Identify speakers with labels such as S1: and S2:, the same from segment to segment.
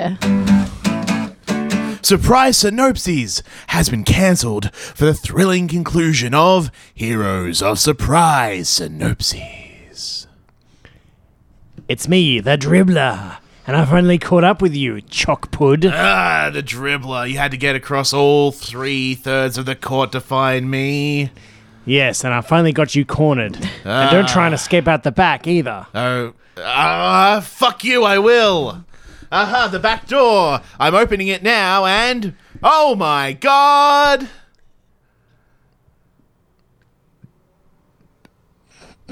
S1: Yeah.
S2: Surprise Synopses has been cancelled for the thrilling conclusion of Heroes of Surprise Synopses.
S3: It's me, the dribbler, and I've finally caught up with you, Chalkpud.
S2: Ah, the dribbler. You had to get across all three thirds of the court to find me.
S3: Yes, and I finally got you cornered. And don't try and escape out the back either.
S2: Oh, ah, fuck you, I will. Aha, the back door. I'm opening it now and. Oh my god!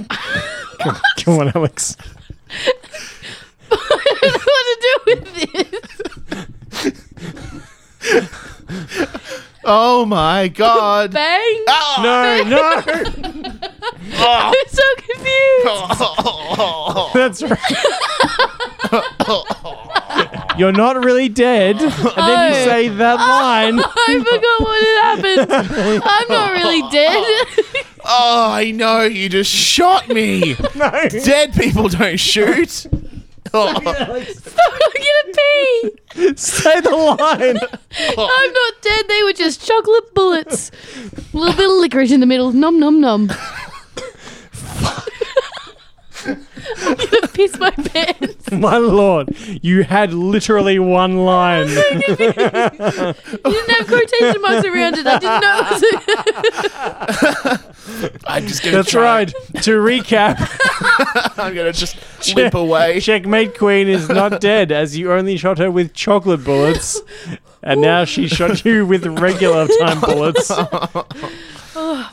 S3: Come on, Alex.
S1: I don't know what to do with this.
S2: Oh my god!
S1: Bang!
S2: Ah!
S3: No, no!
S1: I'm so confused.
S2: Oh,
S3: That's right. You're not really dead. And then you
S1: Oh.
S3: say that line.
S1: I forgot what had happened. I'm not really dead.
S2: Oh, I know, you just shot me!
S3: No.
S2: Dead people don't shoot!
S1: I'm gonna pee.
S3: Say the line.
S1: I'm not dead. They were just chocolate bullets. A little bit of licorice in the middle. Nom nom nom. I'm gonna piss my pants.
S3: My lord, you had literally one line.
S1: You didn't have quotation marks around it. I didn't know. It was
S2: I'm just gonna
S3: That's
S2: try.
S3: right. To recap,
S2: I'm gonna just limp away.
S3: Checkmate Queen is not dead as you only shot her with chocolate bullets. And now she shot you with regular time bullets.
S2: Oh,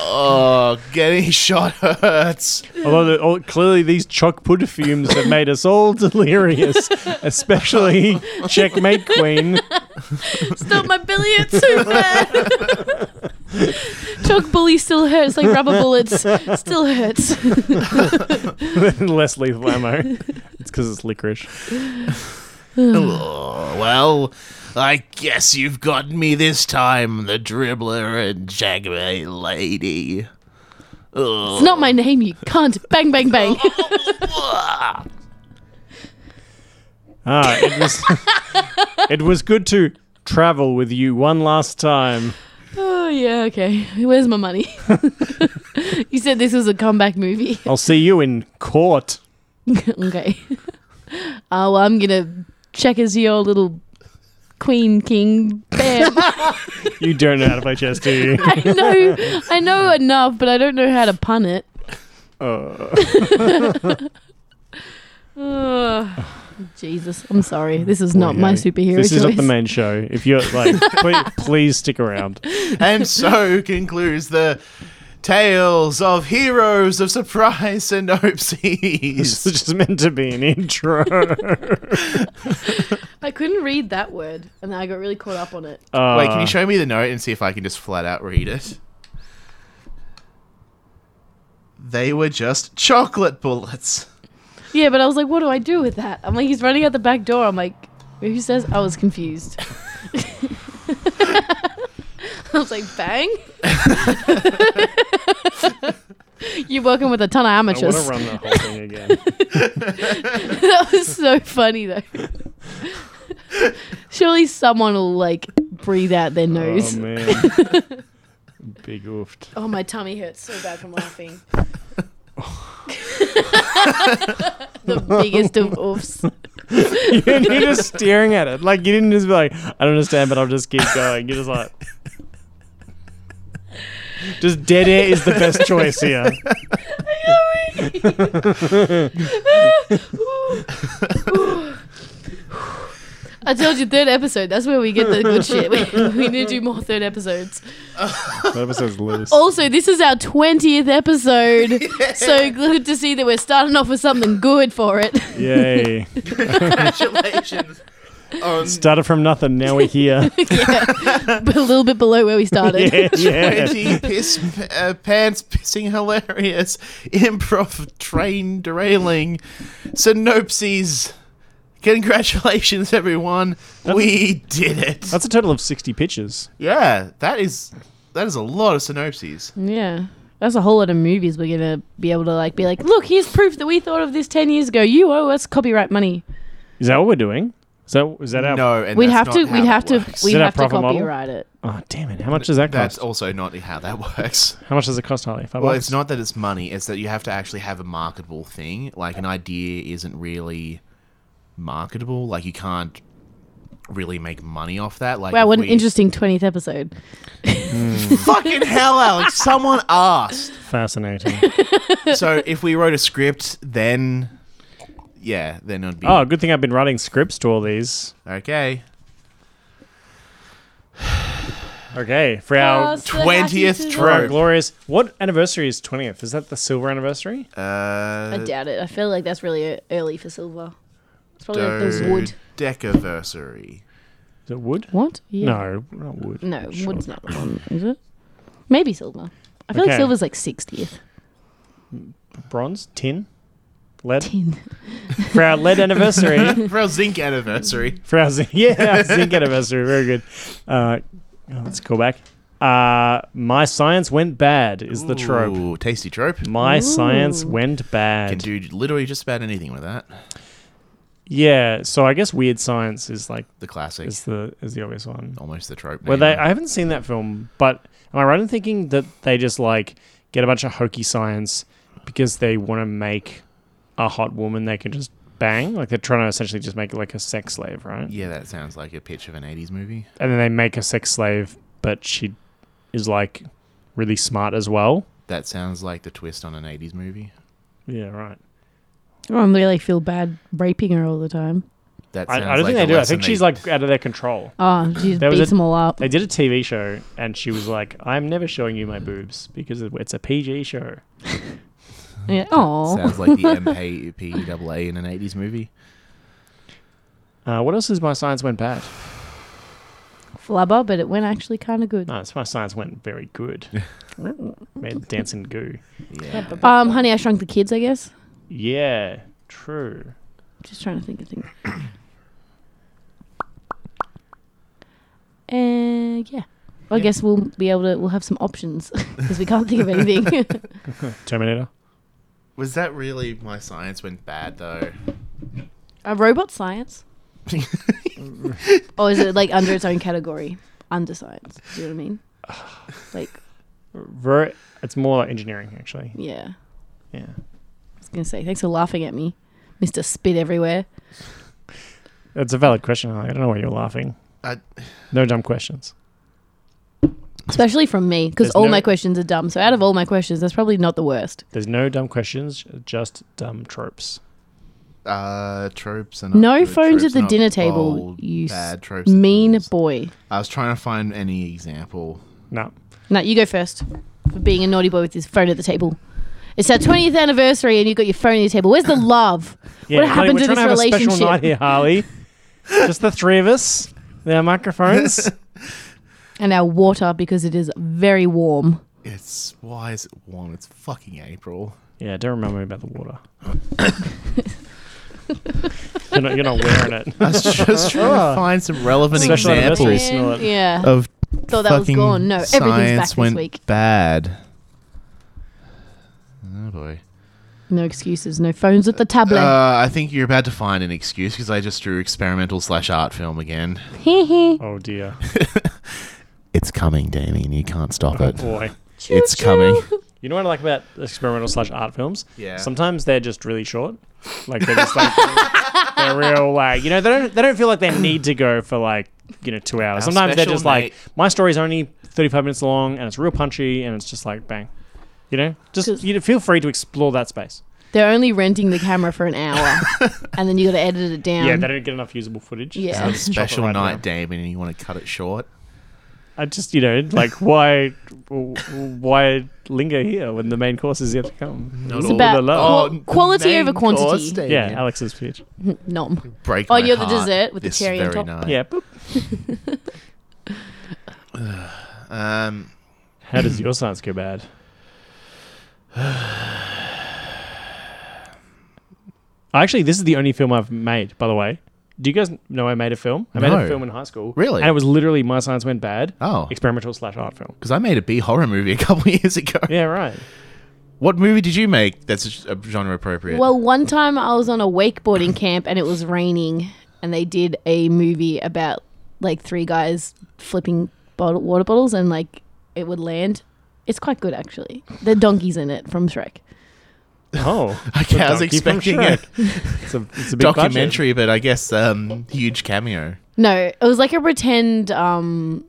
S2: oh, getting shot hurts.
S3: Although the, all, clearly these chalk pud fumes have made us all delirious, especially Checkmate Queen.
S1: Stop my belly. It's so bad. Chalk bully still hurts like rubber bullets. Still hurts.
S3: Less lethal ammo. It's because it's licorice.
S2: Oh, well, I guess you've got me this time, the dribbler and jagbay lady.
S1: It's not my name, you cunt. Bang, bang, bang.
S3: Ah, it was, it was good to travel with you one last time.
S1: Oh, yeah, okay. Where's my money? you said this was a comeback movie.
S3: I'll see you in court.
S1: okay. Oh, well, I'm going to check as your little queen king. Bam.
S3: You don't know how to play chess, do you?
S1: I know, I know enough, but I don't know how to pun it.
S3: Uh.
S1: Ugh. Oh, Jesus, I'm sorry. This is not my
S3: Okay.
S1: superhero
S3: Oh, This
S1: choice.
S3: is not the main show. If you're like, please, please stick around.
S2: and so concludes the tales of heroes of surprise and
S3: This
S2: oopsies.
S3: is just meant to be an intro.
S1: I couldn't read that word, and I got really caught up on it.
S3: Uh,
S2: Wait, can you show me the note and see if I can just flat out read it? They were just chocolate bullets.
S1: Yeah, but I was like, what do I do with that? I'm like, he's running out the back door. I'm like, who says? I was confused. I was like, bang. You're working with a ton of
S3: I want to
S1: amateurs.
S3: run the whole thing again.
S1: that was so funny though. Surely someone will like breathe out their
S3: oh
S1: nose. Oh,
S3: man, big oofed.
S1: my tummy hurts so bad from laughing. the biggest of oofs.
S3: and you're just staring at it. Like you didn't just be like, I don't understand, but I'll just keep going. You're just like, just dead air is the best choice here.
S1: I told you third episode. That's where we get the good shit. We, we need to do more third episodes.
S3: That episode's loose.
S1: Also, this is our twentieth episode, so good to see that we're starting off with something good for it.
S3: Yay!
S2: Congratulations. on
S3: Started from nothing. Now we're here.
S1: yeah, but a little bit below where we started.
S3: yeah, yeah.
S2: 20 piss, uh, pants pissing hilarious improv train derailing synopses. Congratulations, everyone. we did it.
S3: That's a total of sixty pitches.
S2: yeah, that is that is a lot of synopses.
S1: Yeah. That's a whole lot of movies we're gonna be able to like be like, look, here's proof that we thought of this ten years ago. You owe us copyright money.
S3: Is that what we're doing? So is that our?
S2: No, and
S1: We'd
S2: that's
S1: have to.
S2: not how
S1: We'd have
S2: it
S1: to.
S2: works.
S1: We'd
S3: Is it a
S1: have to
S3: profit model?
S1: copyright it.
S3: Oh damn it! How much does that
S2: That's
S3: cost?
S2: also not how that works.
S3: How much does it cost, Harley? Five
S2: Well,
S3: bucks?
S2: it's not that it's money, it's that you have to actually have a marketable thing. Like, an idea isn't really marketable. Like, you can't really make money off that. Like,
S1: Wow,
S2: if
S1: what an
S2: we-
S1: interesting twentieth episode.
S2: Fucking hell, Alex. Someone asked.
S3: fascinating.
S2: So, if we wrote a script, then. Yeah, then it'd be.
S3: oh, good thing I've been writing scripts to all these.
S2: Okay.
S3: Okay, for our, for our
S2: trope.
S3: glorious. What anniversary is twentieth? Is that the silver anniversary?
S2: Uh,
S1: I doubt it. I feel like that's really e- early for silver. It's probably like the wood.
S2: Dodecaversary.
S3: Is it wood?
S1: What? Yeah.
S3: No, not wood.
S1: No,
S3: Sure.
S1: wood's not the one, is it? Maybe silver. I feel
S3: Okay.
S1: like silver's like sixtieth.
S3: Bronze, tin, lead.
S1: Mm. Tin.
S3: For our lead anniversary.
S2: For our zinc anniversary.
S3: For our zinc, yeah, our zinc anniversary. Very good. Uh, oh, let's go back. Uh, my science went bad is the trope.
S2: Ooh, tasty trope.
S3: My science
S1: Ooh.
S3: went
S2: Can
S3: bad.
S2: do literally just about anything with that.
S3: yeah, so I guess weird science is like
S2: The classic.
S3: is the is the obvious one.
S2: Almost the trope.
S3: Well,
S2: name.
S3: they I haven't seen that film, but am I right in thinking that they just like get a bunch of hokey science because they want to make a hot woman they can just bang? Like they're trying to essentially just make like a sex slave, right?
S2: Yeah, that sounds like a pitch of an 80s movie.
S3: and then they make a sex slave, but she is like really smart as well.
S2: That sounds like the twist on an 80s movie.
S3: Yeah, right.
S1: Oh, I really feel bad raping her all the time.
S2: That
S3: I,
S2: sounds
S3: I
S2: like
S3: don't think they
S2: the
S3: do. I
S2: lesson
S3: think
S2: they-
S3: she's like out of their control.
S1: Oh, she just
S3: There was
S1: beats
S3: a-
S1: them all up.
S3: They did a TV show, and she was like, "I'm never showing you my boobs because it's a PG show."
S1: Yeah. Oh,
S2: Sounds like the MPAA in an 80s movie.
S3: Uh, what else is my science went bad?
S1: flubber, but it went actually kind of good.
S3: No, it's my science went very good. Made dancing goo.
S2: Yeah.
S1: Um, honey, I shrunk the kids. I guess.
S3: Yeah, true.
S1: Just trying to think of things. And yeah. I
S2: Yeah.
S1: guess we'll be able to. We'll have some options because we can't think of anything.
S3: Terminator.
S2: Was that really my science went bad, though?
S1: A Uh, robot science, or Oh, is it like under its own category, under science? Do you know what I mean? Like,
S3: Ver- it's more like engineering, actually.
S1: yeah.
S3: Yeah.
S1: I was gonna say thanks for laughing at me, Mister Spit Everywhere.
S3: That's a valid question. I don't know why you're laughing.
S2: I-
S3: No dumb questions.
S1: Especially from me, because
S3: There's
S1: all
S3: no-
S1: my questions are dumb. So out of all my questions, that's probably not the worst.
S3: There's no dumb questions, just dumb tropes.
S2: uh, tropes and
S1: No phones at the dinner table, you s-
S2: bad tropes. are
S1: Mean
S2: fools.
S1: boy.
S2: I was trying to find any example.
S3: No.
S1: No, you go first for being a naughty boy with his phone at the table. It's our 20th anniversary and you've got your phone at the table. Where's the love?
S3: Yeah,
S1: What
S3: Harley,
S1: happened
S3: we're
S1: to
S3: trying
S1: this
S3: have A
S1: relationship?
S3: special night here, Harley. just the three of us. With our microphones.
S1: And our water because it is very warm.
S2: It's why is it warm? It's fucking April.
S3: yeah, don't remember me about the water. you're, not, you're not wearing it.
S2: I was just trying to find some relevant
S3: Special anniversary
S2: examples
S3: snort.
S1: Yeah.
S2: of
S1: Thought that was
S2: fucking
S1: gone. No, everything's back
S2: science
S1: this
S2: went
S1: week.
S2: Bad. Oh boy.
S1: No excuses. No phones at the tablet.
S2: Uh, I think you're about to find an excuse because I just drew experimental slash art film again.
S3: Oh, dear.
S2: It's coming, Damien. You can't stop
S3: Oh,
S2: it.
S3: boy.
S2: It's coming.
S3: You know what I like about experimental slash art films?
S2: Yeah.
S3: Sometimes they're just really short. Like they're just like they're real like you know they don't they don't feel like they need to go for like you know two hours.
S2: Our
S3: Sometimes they're
S2: special
S3: just
S2: mate-
S3: like my story's only thirty five minutes long and it's real punchy and it's just like bang, you know just
S1: 'Cause-
S3: you know, feel free to explore that space.
S1: They're only renting the camera for an hour and then you got to edit it down.
S3: yeah, they don't get enough usable footage. so
S1: Yeah.
S3: they
S2: It's
S3: just
S2: a
S3: chop it
S2: special
S3: right
S2: night,
S3: down.
S2: Damien, and you want to cut it short.
S3: I just you know like why w- w- why linger here when the main course is yet to come?
S2: Not
S1: it's about
S3: Oh,
S1: qua- quality over quantity.
S3: Yeah, Alex's pitch.
S1: Nom.
S2: Break
S1: Oh,
S2: my
S1: you're the
S2: heart
S1: dessert with the
S2: this
S1: cherry on
S2: very
S1: top.
S2: night.
S3: Yeah. boop.
S2: Um,
S3: How does your science go bad? Actually, this is the only film I've made, by the way. Do you guys know I made a film? I made
S2: No.
S3: a film in high school.
S2: Really?
S3: And it was literally My Science Went Bad,
S2: oh,
S3: experimental slash art film.
S2: because I made a B horror movie a couple years ago.
S3: Yeah, right.
S2: What movie did you make that's genre appropriate?
S1: Well, one time I was on a wakeboarding camp and it was raining, and they did a movie about like three guys flipping bottle- water bottles and like it would land. It's quite good actually. The donkey's in it from Shrek.
S3: Oh,
S2: Okay, I was
S3: Donkey from
S2: expecting
S3: Shrek.
S2: a
S3: It's a, it's a big budget.
S2: documentary, but I guess um, huge cameo.
S1: No, it was like a pretend um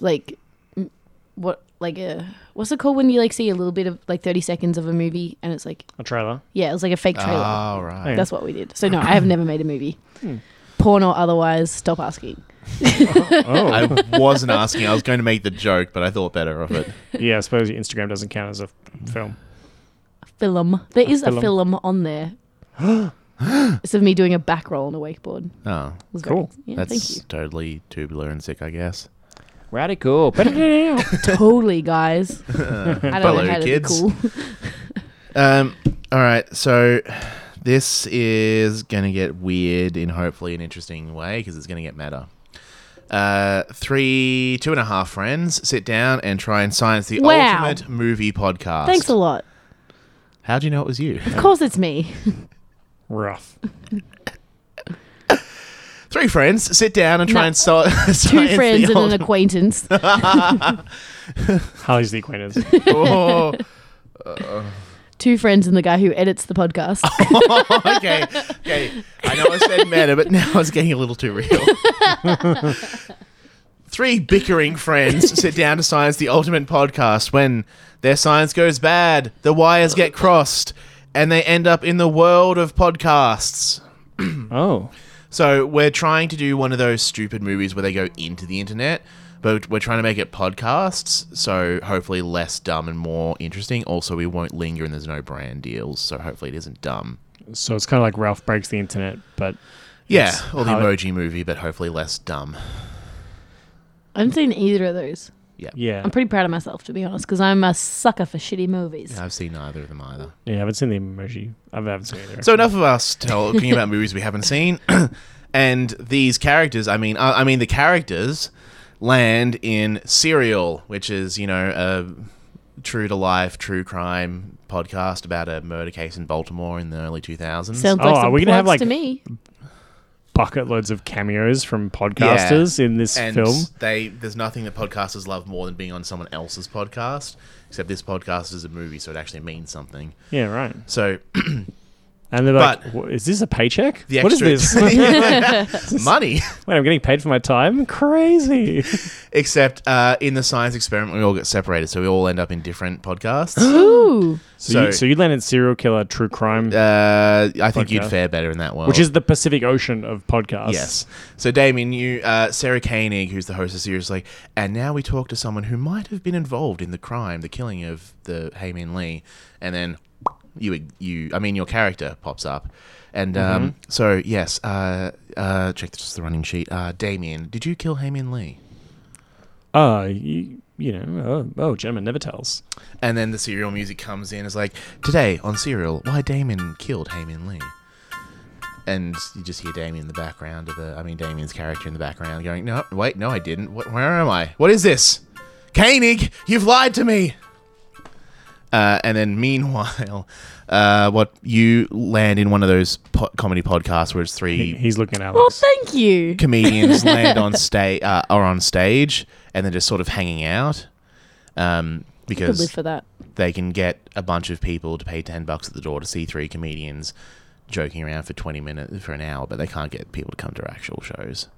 S1: like m- what like a what's it called when you like see a little bit of like 30 seconds of a movie and it's like
S3: A trailer.
S1: yeah, it was like a fake trailer.
S2: Oh right.
S3: Yeah.
S1: That's what we did. So no, I have never made a movie. Porn or otherwise, stop asking.
S3: Oh,
S2: I wasn't asking. I was going to make the joke, but I thought better of it.
S3: yeah. I suppose your Instagram doesn't count as a film.
S1: Film. There is a
S3: film.
S1: film on there. it's of me doing a back roll on a wakeboard. It
S2: Oh,
S1: was
S3: Cool.
S1: Very, yeah, thank
S2: that's
S1: you.
S2: totally tubular and sick, I guess.
S4: Radical.
S1: totally, guys. I don't know
S2: Hello,
S1: how to be
S2: kids.
S1: cool.
S2: Um, all right, so this is gonna get weird in hopefully an interesting way because it's gonna get meta. Uh, three, two and a half friends sit down and try and science the
S1: Wow.
S2: ultimate movie podcast.
S1: Thanks a lot.
S2: How do you know it was you?
S1: Of course, it's me.
S3: Rough.
S2: Three friends sit down and try
S1: No.
S2: and so- science
S1: Two friends
S2: the
S1: and an
S2: ultimate-
S1: acquaintance.
S3: Harley's the acquaintance.
S2: Oh,
S1: Two friends and the guy who edits the podcast.
S2: okay, okay. I know I said meta, but now it's getting a little too real. Three bickering friends sit down to science the ultimate podcast when their science goes bad, the wires get crossed, and they end up in the world of podcasts.
S3: Oh,
S2: So we're trying to do one of those stupid movies where they go into the internet, but we're trying to make it podcasts, so hopefully less dumb and more interesting. Also, we won't linger and there's no brand deals, so hopefully it isn't dumb.
S3: so it's kind of like Ralph breaks the internet, but
S2: Yeah,
S3: Yes.
S2: or the
S3: How-
S2: emoji movie, but hopefully less dumb.
S1: I haven't seen either of those.
S3: yeah,
S1: I'm pretty proud of myself, to be honest, because I'm a sucker for shitty movies.
S2: I've seen neither of them either.
S3: yeah. I haven't seen the emoji. I haven't seen either.
S2: So enough of us talking about movies we haven't seen, and these characters. I mean, uh, I, I mean the characters land in Serial, which is you know a true to life true crime podcast about a murder case in Baltimore in the early two thousands.
S1: Sounds
S3: Oh,
S1: like
S3: are
S1: some
S3: we gonna have,
S1: plugs to
S3: like,
S1: me.
S3: bucket loads of cameos from podcasters in this
S2: and
S3: film.
S2: they there's nothing that podcasters love more than being on someone else's podcast. Except this podcast is a movie, so it actually means something.
S3: Yeah, right.
S2: So
S3: And they're
S2: But-
S3: like, "What- "Is this a paycheck?
S2: the
S3: what is
S2: extra
S3: this?
S2: money.
S3: Wait, I'm getting paid for my time. Crazy.
S2: Except uh, in the science experiment, we all get separated, so we all end up in different podcasts.
S1: Ooh.
S3: So,
S2: So-
S3: you, so you landed serial killer, true crime,
S2: Uh, I think you'd
S3: Podcast.
S2: fare better in that world.
S3: which is the Pacific Ocean of podcasts.
S2: yes. So Damien, you uh, Sarah Koenig, who's the host of Serious like, and now we talk to someone who might have been involved in the crime, the killing of the Hayman Lee, and then you you I mean your character pops up. And um,
S3: Mm-hmm.
S2: so yes, uh, uh, check this is the running sheet. Uh, Damien, did you kill Hayman Lee?
S3: Uh, you, you know, oh, oh, gentleman never tells.
S2: And then the serial music comes in. It's like, today on Serial, why Damon killed Heyman Lee. And you just hear Damien in the background of the, I mean, Damien's character in the background going, no, wait, no, I didn't. What, where am I? What is this? Koenig, you've lied to me. Uh, and then meanwhile, uh, what you land in one of those po- comedy podcasts where it's
S3: He-
S2: three
S3: He's looking at
S1: Well,
S3: us.
S1: thank you.
S2: comedians land on stage uh, are on stage and then just sort of hanging out um,
S1: Could
S2: because
S1: live for that.
S2: they can get a bunch of people to pay 10 bucks at the door to see three comedians joking around for 20 minutes for an hour but they can't get people to come to actual shows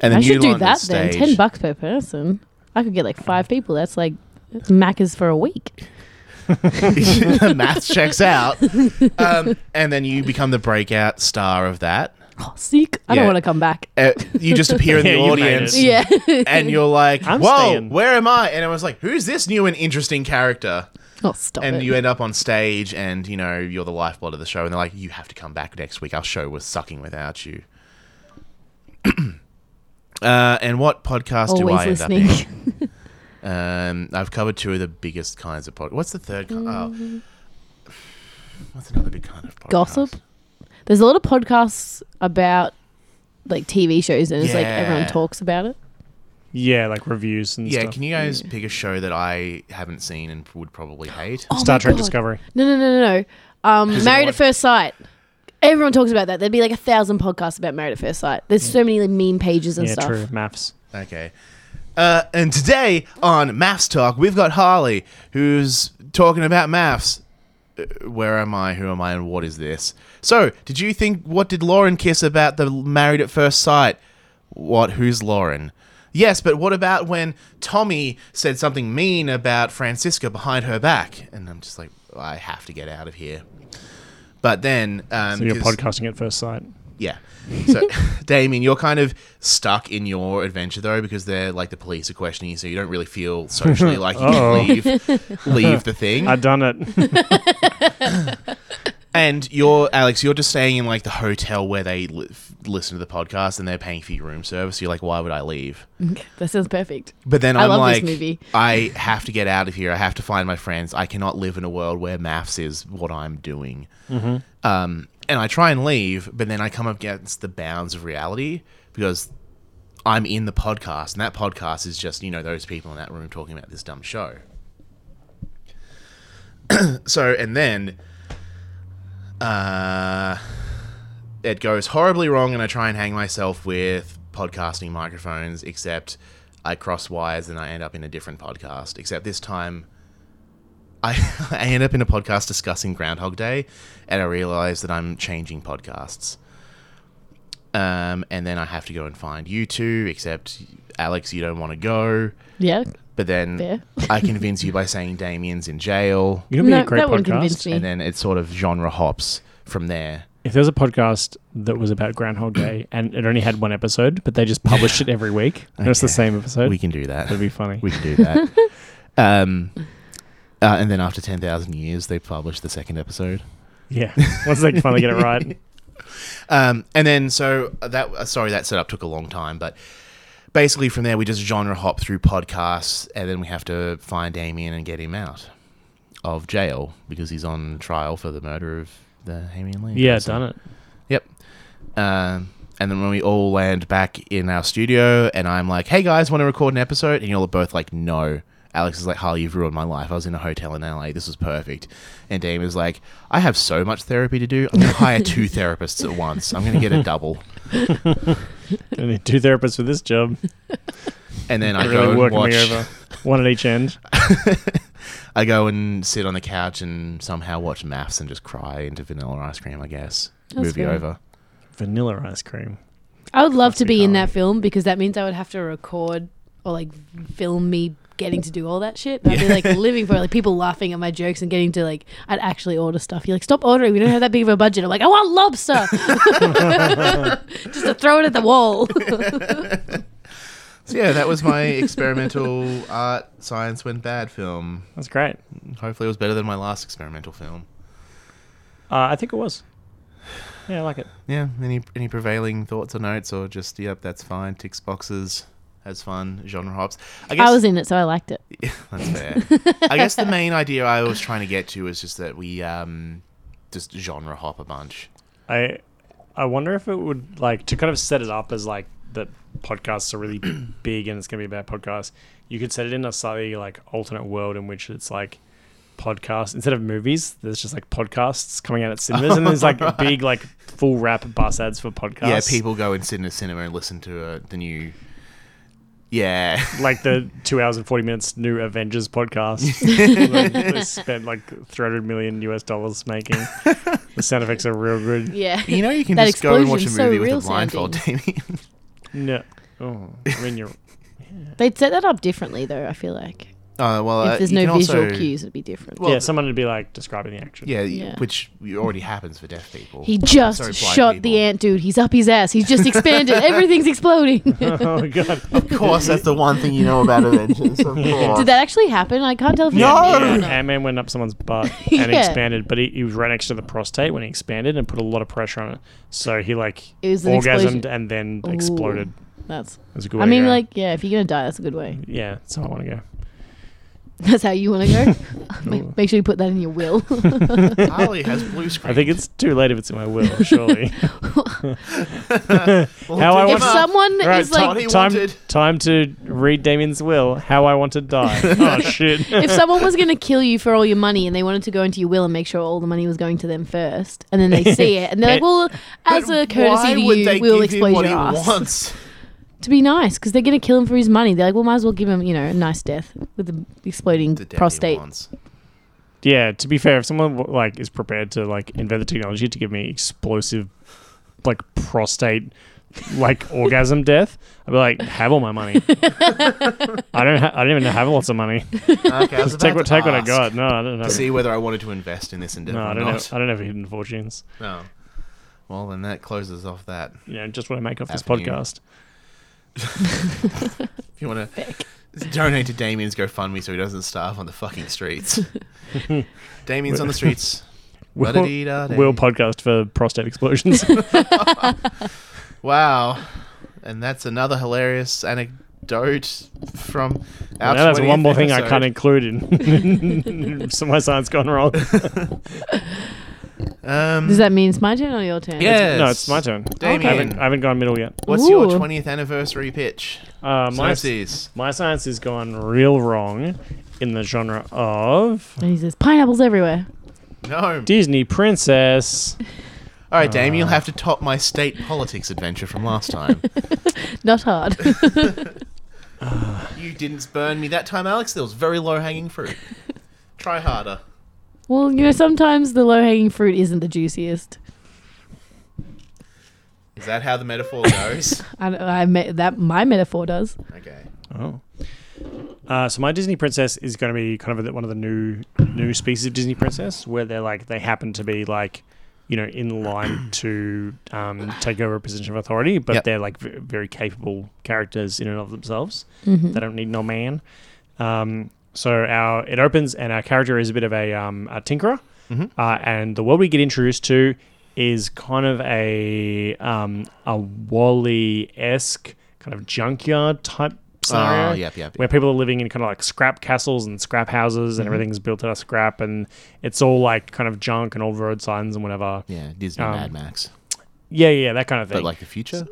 S2: and
S1: I should do
S2: land on
S1: that then. Ten bucks per person. I could get like five people. That's like Macca's for a week.
S2: the math checks out um, and then you become the breakout star of that
S1: Oh, seek. I
S2: Yeah.
S1: don't want to come back.
S2: uh, you just appear in the
S3: Yeah, you made
S2: audience
S3: it.
S1: Yeah.
S2: and you're like
S3: I'm
S2: whoa
S3: staying."
S2: where am i and i was like who's this new and interesting character
S1: oh, stop
S2: and
S1: it.
S2: you end up on stage and you know you're the lifeblood of the show and they're like you have to come back next week our show was sucking without you uh, and what podcast do i
S1: Always
S2: end
S1: listening.
S2: up in um, i've covered two of the biggest kinds of pod. what's the third kind oh. what's another big kind of podcast
S1: Gossip? There's a lot of podcasts about like TV shows, and it's like everyone
S2: Yeah.
S1: talks about it.
S3: Yeah, like reviews and
S2: yeah
S3: stuff.
S2: can you guys pick a show that i haven't seen and would probably hate
S1: Oh
S3: Star
S1: my
S3: Trek
S1: God.
S3: Discovery.
S1: No, no, no, no, no. Um,
S2: Is it
S1: Married
S2: one-
S1: at First Sight. Everyone talks about that. There'd be like a thousand podcasts about Married at First Sight. There's
S2: Mm.
S1: so many like, meme pages and
S3: yeah,
S1: stuff.
S3: true. Maths.
S2: Okay. Uh, and today on Maths Talk, we've got Harley, who's talking about maths. Uh, Where am I? Who am I? And what is this? So, did you think what did Lauren kiss about the married at first sight? What? Who's Lauren? Yes, but what about when Tommy said something mean about Francisca behind her back? And I'm just like, I have to get out of here. But then, um,
S3: So you're
S2: 'cause-
S3: podcasting at first sight.
S2: yeah. So, Damien, you're kind of stuck in your adventure though, because they're like the police are questioning you, so you don't really feel socially like you
S3: Uh-oh.
S2: can leave leave the thing.
S3: I've done it.
S2: And you're Alex, you're just staying in like the hotel where they li- f- listen to the podcast, and they're paying for your room service. You're like, why would I leave?
S1: That sounds perfect.
S2: But then
S1: I
S2: I'm
S1: love this
S2: like,
S1: movie.
S2: I have to get out of here. I have to find my friends. I cannot live in a world where maths is what I'm doing. Um, and I try and leave, but then I come up against the bounds of reality because I'm in the podcast, and that podcast is just you know those people in that room talking about this dumb show. so and then, uh, it goes horribly wrong, and I try and hang myself with podcasting microphones, except I cross wires and I end up in a different podcast. Except this time, I, I end up in a podcast discussing Groundhog Day, and I realize that I'm changing podcasts. Um, and then I have to go and find you two, except Alex, you don't want to go.
S1: Yeah.
S2: But then
S1: Fair.
S2: I convince you by saying Damien's in jail,
S3: You're gonna be
S1: No,
S3: a great
S1: that wouldn't convince
S3: podcast.
S1: me.
S2: and then it sort of genre hops from there.
S3: If there was a podcast that was about Groundhog Day and it only had one episode, but they just published it every week, and it's the
S2: Okay.
S3: same episode,
S2: We can do that.
S3: that'd be funny.
S2: we can do that. um, uh, and then after ten thousand years, they publish the second episode.
S3: yeah. Once they finally get it right,
S2: Um, and then so that uh, sorry that setup took a long time, but basically from there we just genre hop through podcasts, and then we have to find Damien and get him out of jail because he's on trial for the murder of the Damien Lee.
S3: yeah,
S2: person.
S3: done it.
S2: Um, and then when we all land back in our studio, and I'm like, "Hey guys, want to record an episode?" And you all are both like, "No." Alex is like, "Harley, you've ruined my life. I was in a hotel in LA. This was perfect." And Dame is like, "I have so much therapy to do. I'm gonna hire two therapists at once. I'm gonna get a double."
S3: I need two therapists for this job.
S2: And then I
S3: They're
S2: go
S3: really
S2: and
S3: working
S2: watch.
S3: me over. One at each end.
S2: I go and sit on the couch and somehow watch maths and just cry into vanilla ice cream. I guess
S1: That's
S2: movie
S1: fair.
S2: over.
S3: Vanilla ice cream.
S1: I would love to
S3: Classic
S1: be in
S3: Harley.
S1: that film because that means I would have to record or like film me getting to do all that shit. I'd be like living for it, like people laughing at my jokes and getting to like I'd actually order stuff. You're like, stop ordering. We don't have that big of a budget. I'm like, I want lobster, just to throw it at the wall.
S2: So yeah, that was my experimental art science went bad film.
S3: That's great.
S2: Hopefully, it was better than my last experimental film.
S3: Uh, I think it was. Yeah, I like it.
S2: Yeah. Any any prevailing thoughts or notes, or just yep, that's fine. Ticks boxes, has fun. Genre hops. I guess
S1: I was in it, so I liked it.
S2: that's fair. I guess the main idea I was trying to get to is just that we um just genre hop a bunch.
S3: I I wonder if it would like to kind of set it up as like that podcasts are really big and it's gonna be about podcasts. You could set it in a slightly like alternate world in which it's like podcasts instead of movies. There's just like podcasts coming out at cinemas, and there's like big like full rap bus ads for podcasts.
S2: Yeah, people go and sit in a cinema and listen to uh, the new. Yeah,
S3: like the two hours and forty minutes new Avengers podcast. like, they spent like three hundred million US dollars making. The sound effects are real good.
S1: Yeah,
S2: you know you can
S1: That
S2: just go and watch a
S1: explosion's so
S2: movie with a
S1: real
S2: blindfold, Damien.
S3: No. Oh, I mean you're
S1: they'd set that up differently though. I feel like
S2: Uh, well, uh,
S1: if there's
S2: you
S1: no
S2: can
S1: visual
S2: also,
S1: cues, it'd be different.
S2: Well,
S3: yeah, someone would be like describing the action.
S2: Yeah,
S1: Yeah.
S2: which already happens for deaf people.
S1: He just
S2: Sorry, blind
S1: shot the
S2: people.
S1: ant dude. He's up his ass. He's just expanded. Everything's exploding.
S3: oh my god.
S2: of course, that's the one thing you know about Avengers. Of course.
S1: Did that actually happen? I can't tell if it
S2: No!
S1: happened or not.
S3: Ant Man went up someone's butt and
S1: Yeah.
S3: expanded, but he, he was right next to the prostate when he expanded and put a lot of pressure on it. So he like
S1: It was an
S3: orgasmed
S1: explosion.
S3: and then
S1: Ooh.
S3: exploded.
S1: That's.
S3: It was a good
S1: I
S3: way to
S1: mean,
S3: go.
S1: like, yeah, if you're gonna die, that's a good way.
S3: yeah, that's how I want to go.
S1: That's how you want to go. make, make sure you put that in your will.
S2: Harley has blue screen.
S3: I think it's too late if it's in my will, surely. how I
S1: if
S3: want
S1: someone
S3: All right,
S1: is like,
S2: Tony. he
S3: time,
S2: wanted.
S3: time to read Damien's will. How I want to die. oh shit.
S1: if someone was going to kill you for all your money and they wanted to go into your will and make sure all the money was going to them first, and then they see it and they're like, "Well, as a courtesy to you, we'll exploit your ass."
S2: wants?
S1: To be nice, because they're going to kill him for his money. They're like, "Well, might as well give him, you know, a nice death with the exploding
S2: The death
S1: prostate."
S2: he wants.
S3: Yeah. To be fair, if someone like is prepared to like invent the technology to give me explosive, like prostate, like orgasm death, I'd be like, have all my money. I don't. Ha- I don't even have lots of money.
S2: Okay, I was
S3: Just take
S2: about
S3: what
S2: to
S3: take what I
S2: ask
S3: got. No, I don't
S2: To
S3: have.
S2: see whether I wanted to invest in this endeavor
S3: No, I
S2: or
S3: don't
S2: not.
S3: have. I don't have hidden fortunes.
S2: No. Well, then that closes off that.
S3: You know, just what I make off this
S2: Avenue.
S3: podcast.
S2: If you want to donate to Damien's GoFundMe so he doesn't starve on the fucking streets. Damien's on the streets.
S3: Will,
S2: Ba-da-dee-da-dee.
S3: will podcast for prostate explosions.
S2: Wow. And that's another hilarious anecdote from our
S3: Now that's one
S2: 20th
S3: more thing I
S2: episode.
S3: can't include in. so my science gone wrong.
S2: Um,
S1: Does that mean it's my turn or your turn?
S2: yes.
S3: No, it's my turn. I
S2: Damien,
S3: haven't, I haven't gone middle yet.
S2: what's
S1: Ooh.
S2: your 20th anniversary pitch?
S3: Uh, my,
S2: Synopsis.
S3: my science has gone real wrong in the genre of
S1: And he says, "Pineapples everywhere."
S2: No.
S3: Disney princess.
S2: All right, Damien,
S3: Ah.
S2: you'll have to top my state politics adventure from last time.
S1: Not hard.
S2: you didn't burn me that time, Alex. There was very low hanging fruit. Try harder.
S1: well, you know, sometimes the low-hanging fruit isn't the juiciest.
S2: Is that how the metaphor goes?
S1: I, I me- that my metaphor does.
S2: okay.
S3: Oh. Uh, so my Disney princess is going to be kind of the- one of the new new species of Disney princess where they're like they happen to be like you know in line to um, take over a position of authority, but
S2: Yep.
S3: they're like v- very capable characters in and of themselves.
S1: Mhm.
S3: They don't need no man. Um, so our it opens and our character is a bit of a, um, a tinkerer,
S2: Mhm.
S3: uh, and the world we get introduced to is kind of a um, a Wally esque kind of junkyard type scenario
S2: Oh, yep, yep.
S3: where people are living in kind of like scrap castles and scrap houses,
S2: Mm-hmm.
S3: and everything's built out of scrap, and it's all like kind of junk and old road signs and whatever.
S2: Yeah, Disney
S3: Um,
S2: Mad Max.
S3: Yeah, yeah, that kind of thing.
S2: But like the future?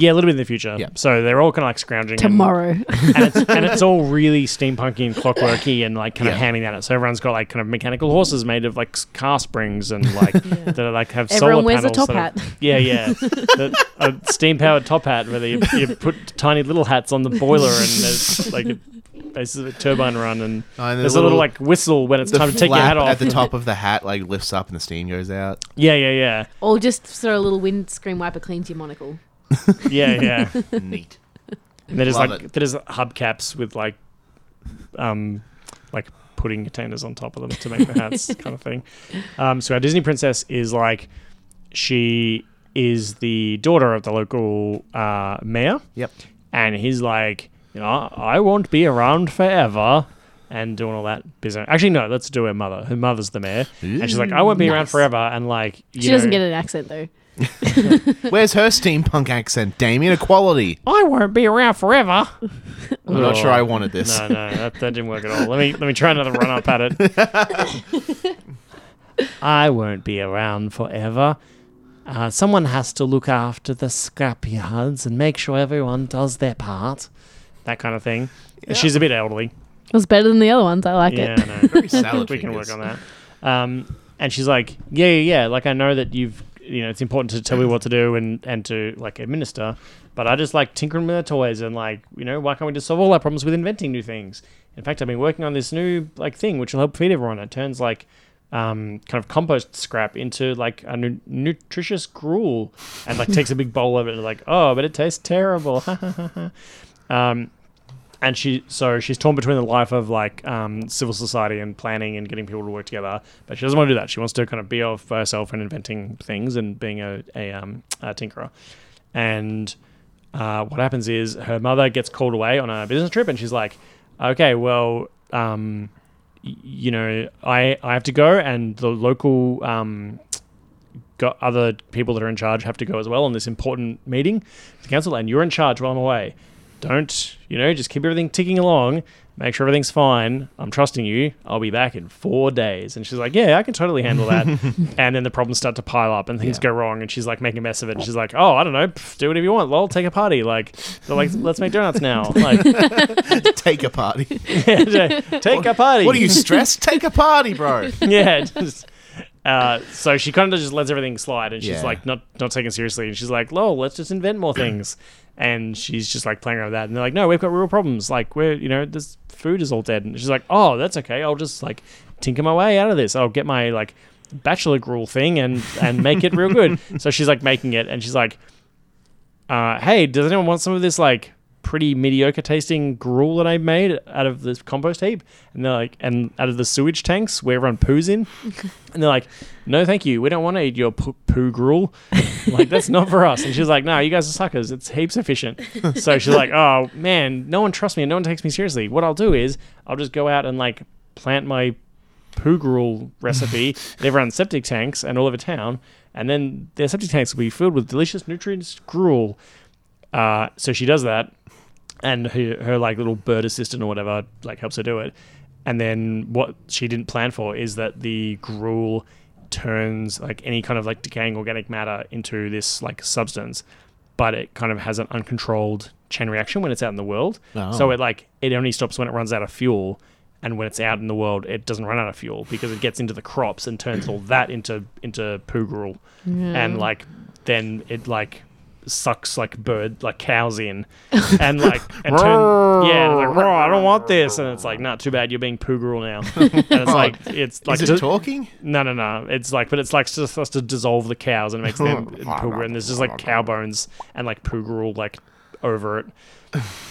S3: yeah, a little bit in the future.
S2: Yeah.
S3: So they're all kind of like scrounging and-
S1: Tomorrow,
S3: and it's, and it's all really steampunky and clockworky and like kind of
S2: Yeah.
S3: handing that out. So everyone's got like kind of mechanical horses made of like s- car springs and like that are like have solar
S1: everyone wears a
S3: panels
S1: top
S3: that are-
S1: hat.
S3: yeah, yeah, the, uh, a steam powered top hat where they you put tiny little hats on the boiler and there's like a, basically a turbine run and
S2: Oh, and
S3: there's a little like whistle when it's
S2: the
S3: time to take your
S2: flap
S3: hat off.
S2: At the top of the hat, like lifts up and the steam goes out.
S3: yeah, yeah, yeah,
S1: or just sort of a little windscreen wiper cleans your monocle.
S3: yeah, yeah.
S2: Neat.
S3: And there's
S2: Love
S3: like
S2: it.
S3: there's hubcaps with like um like pudding containers on top of them to make the hats kind of thing. Um, so our Disney princess is like she is the daughter of the local uh, mayor,
S2: Yep.
S3: and he's like, you know, I won't be around forever. And doing all that business. Actually, no, let's do her mother. Her mother's the mayor, and she's like, "I won't be around
S1: Nice.
S3: forever." And like, you
S1: She doesn't
S3: know,
S1: get an accent though.
S2: Where's her steampunk accent, Damien? Equality.
S3: I won't be around forever. Oh.
S2: I'm not sure I wanted this.
S3: No, no, that, that didn't work at all. Let me let me try another run up at it. I won't be around forever. Uh, someone has to look after the scrapyards and make sure everyone does their part. That kind of thing. She's a bit elderly.
S1: It was better than the other ones. I like
S3: Yeah,
S1: it.
S3: I know
S2: Very salad
S3: we can work
S2: fingers.
S3: on that. Um, and she's like, yeah, yeah, yeah. Like I know that you've, you know, it's important to tell me what to do and and to like administer, but I just like tinkering with the toys and like, you know, why can't we just solve all our problems with inventing new things? In fact, I've been working on this new like thing which will help feed everyone. It turns like. Um, kind of compost scrap into like a nu- nutritious gruel, and like takes a big bowl of it and like, oh, but it tastes terrible. um, and she so she's torn between the life of like um, civil society and planning and getting people to work together, but she doesn't want to do that. She wants to kind of be off by herself and inventing things and being a, a, um, a tinkerer. And uh, what happens is her mother gets called away on a business trip, and she's like, "Okay, well, um, y- you know, I I have to go, and the local um, got other people that are in charge have to go as well on this important meeting to council, and you're in charge while I'm away. Don't you know? Just keep everything ticking along, make sure everything's fine. I'm trusting you. I'll be back in four days. And she's like, yeah, I can totally handle that. and then the problems start to pile up and things
S2: Yeah.
S3: go wrong. And she's like, making a mess of it. And she's like, oh, I don't know. Pff, do whatever you want. Lol, take a party. Like, they're like, let's make donuts now. Like,
S2: Take a party.
S3: take a party.
S2: What are you stressed? Take a party, bro.
S3: yeah. Just, uh, so she kind of just lets everything slide, and she's
S2: Yeah.
S3: like not not taken seriously, and she's like, "Lol, let's just invent more things." and she's just like playing around with that, and they're like, "No, we've got real problems. Like we're you know this food is all dead." And she's like, "Oh, that's okay. I'll just like tinker my way out of this. I'll get my like bachelor gruel thing and and make it real good." so she's like making it, and she's like, uh, "Hey, does anyone want some of this like?" pretty mediocre tasting gruel that I made out of this compost heap and they're like and out of the sewage tanks where everyone poos in and they're like, "No, thank you. We don't want to eat your poo, poo gruel. I'm like that's not for us." And she's like, "No, you guys are suckers. It's heaps efficient." So she's like, "Oh man, no one trusts me and no one takes me seriously. What I'll do is I'll just go out and like plant my poo gruel recipe in everyone's septic tanks and all over town, and then their septic tanks will be filled with delicious nutrients gruel." Uh, so she does that, and her, her like little bird assistant or whatever like helps her do it. And then what she didn't plan for is that the gruel turns like any kind of like decaying organic matter into this like substance, but it kind of has an uncontrolled chain reaction when it's out in the world.
S2: Oh.
S3: So it like it only stops when it runs out of fuel. And when it's out in the world, it doesn't run out of fuel because it gets into the crops and turns all that into into poo gruel
S1: Mm.
S3: and like then it like sucks like bird like cows in and like and turn, yeah and it's like raw I don't want this and it's like not too bad you're being poo gruel now and it's like it's like
S2: Is
S3: di-
S2: it talking?
S3: no no no it's like but it's like just supposed to dissolve the cows and it makes them poo gruel and there's just like cow bones and like poo gruel like over it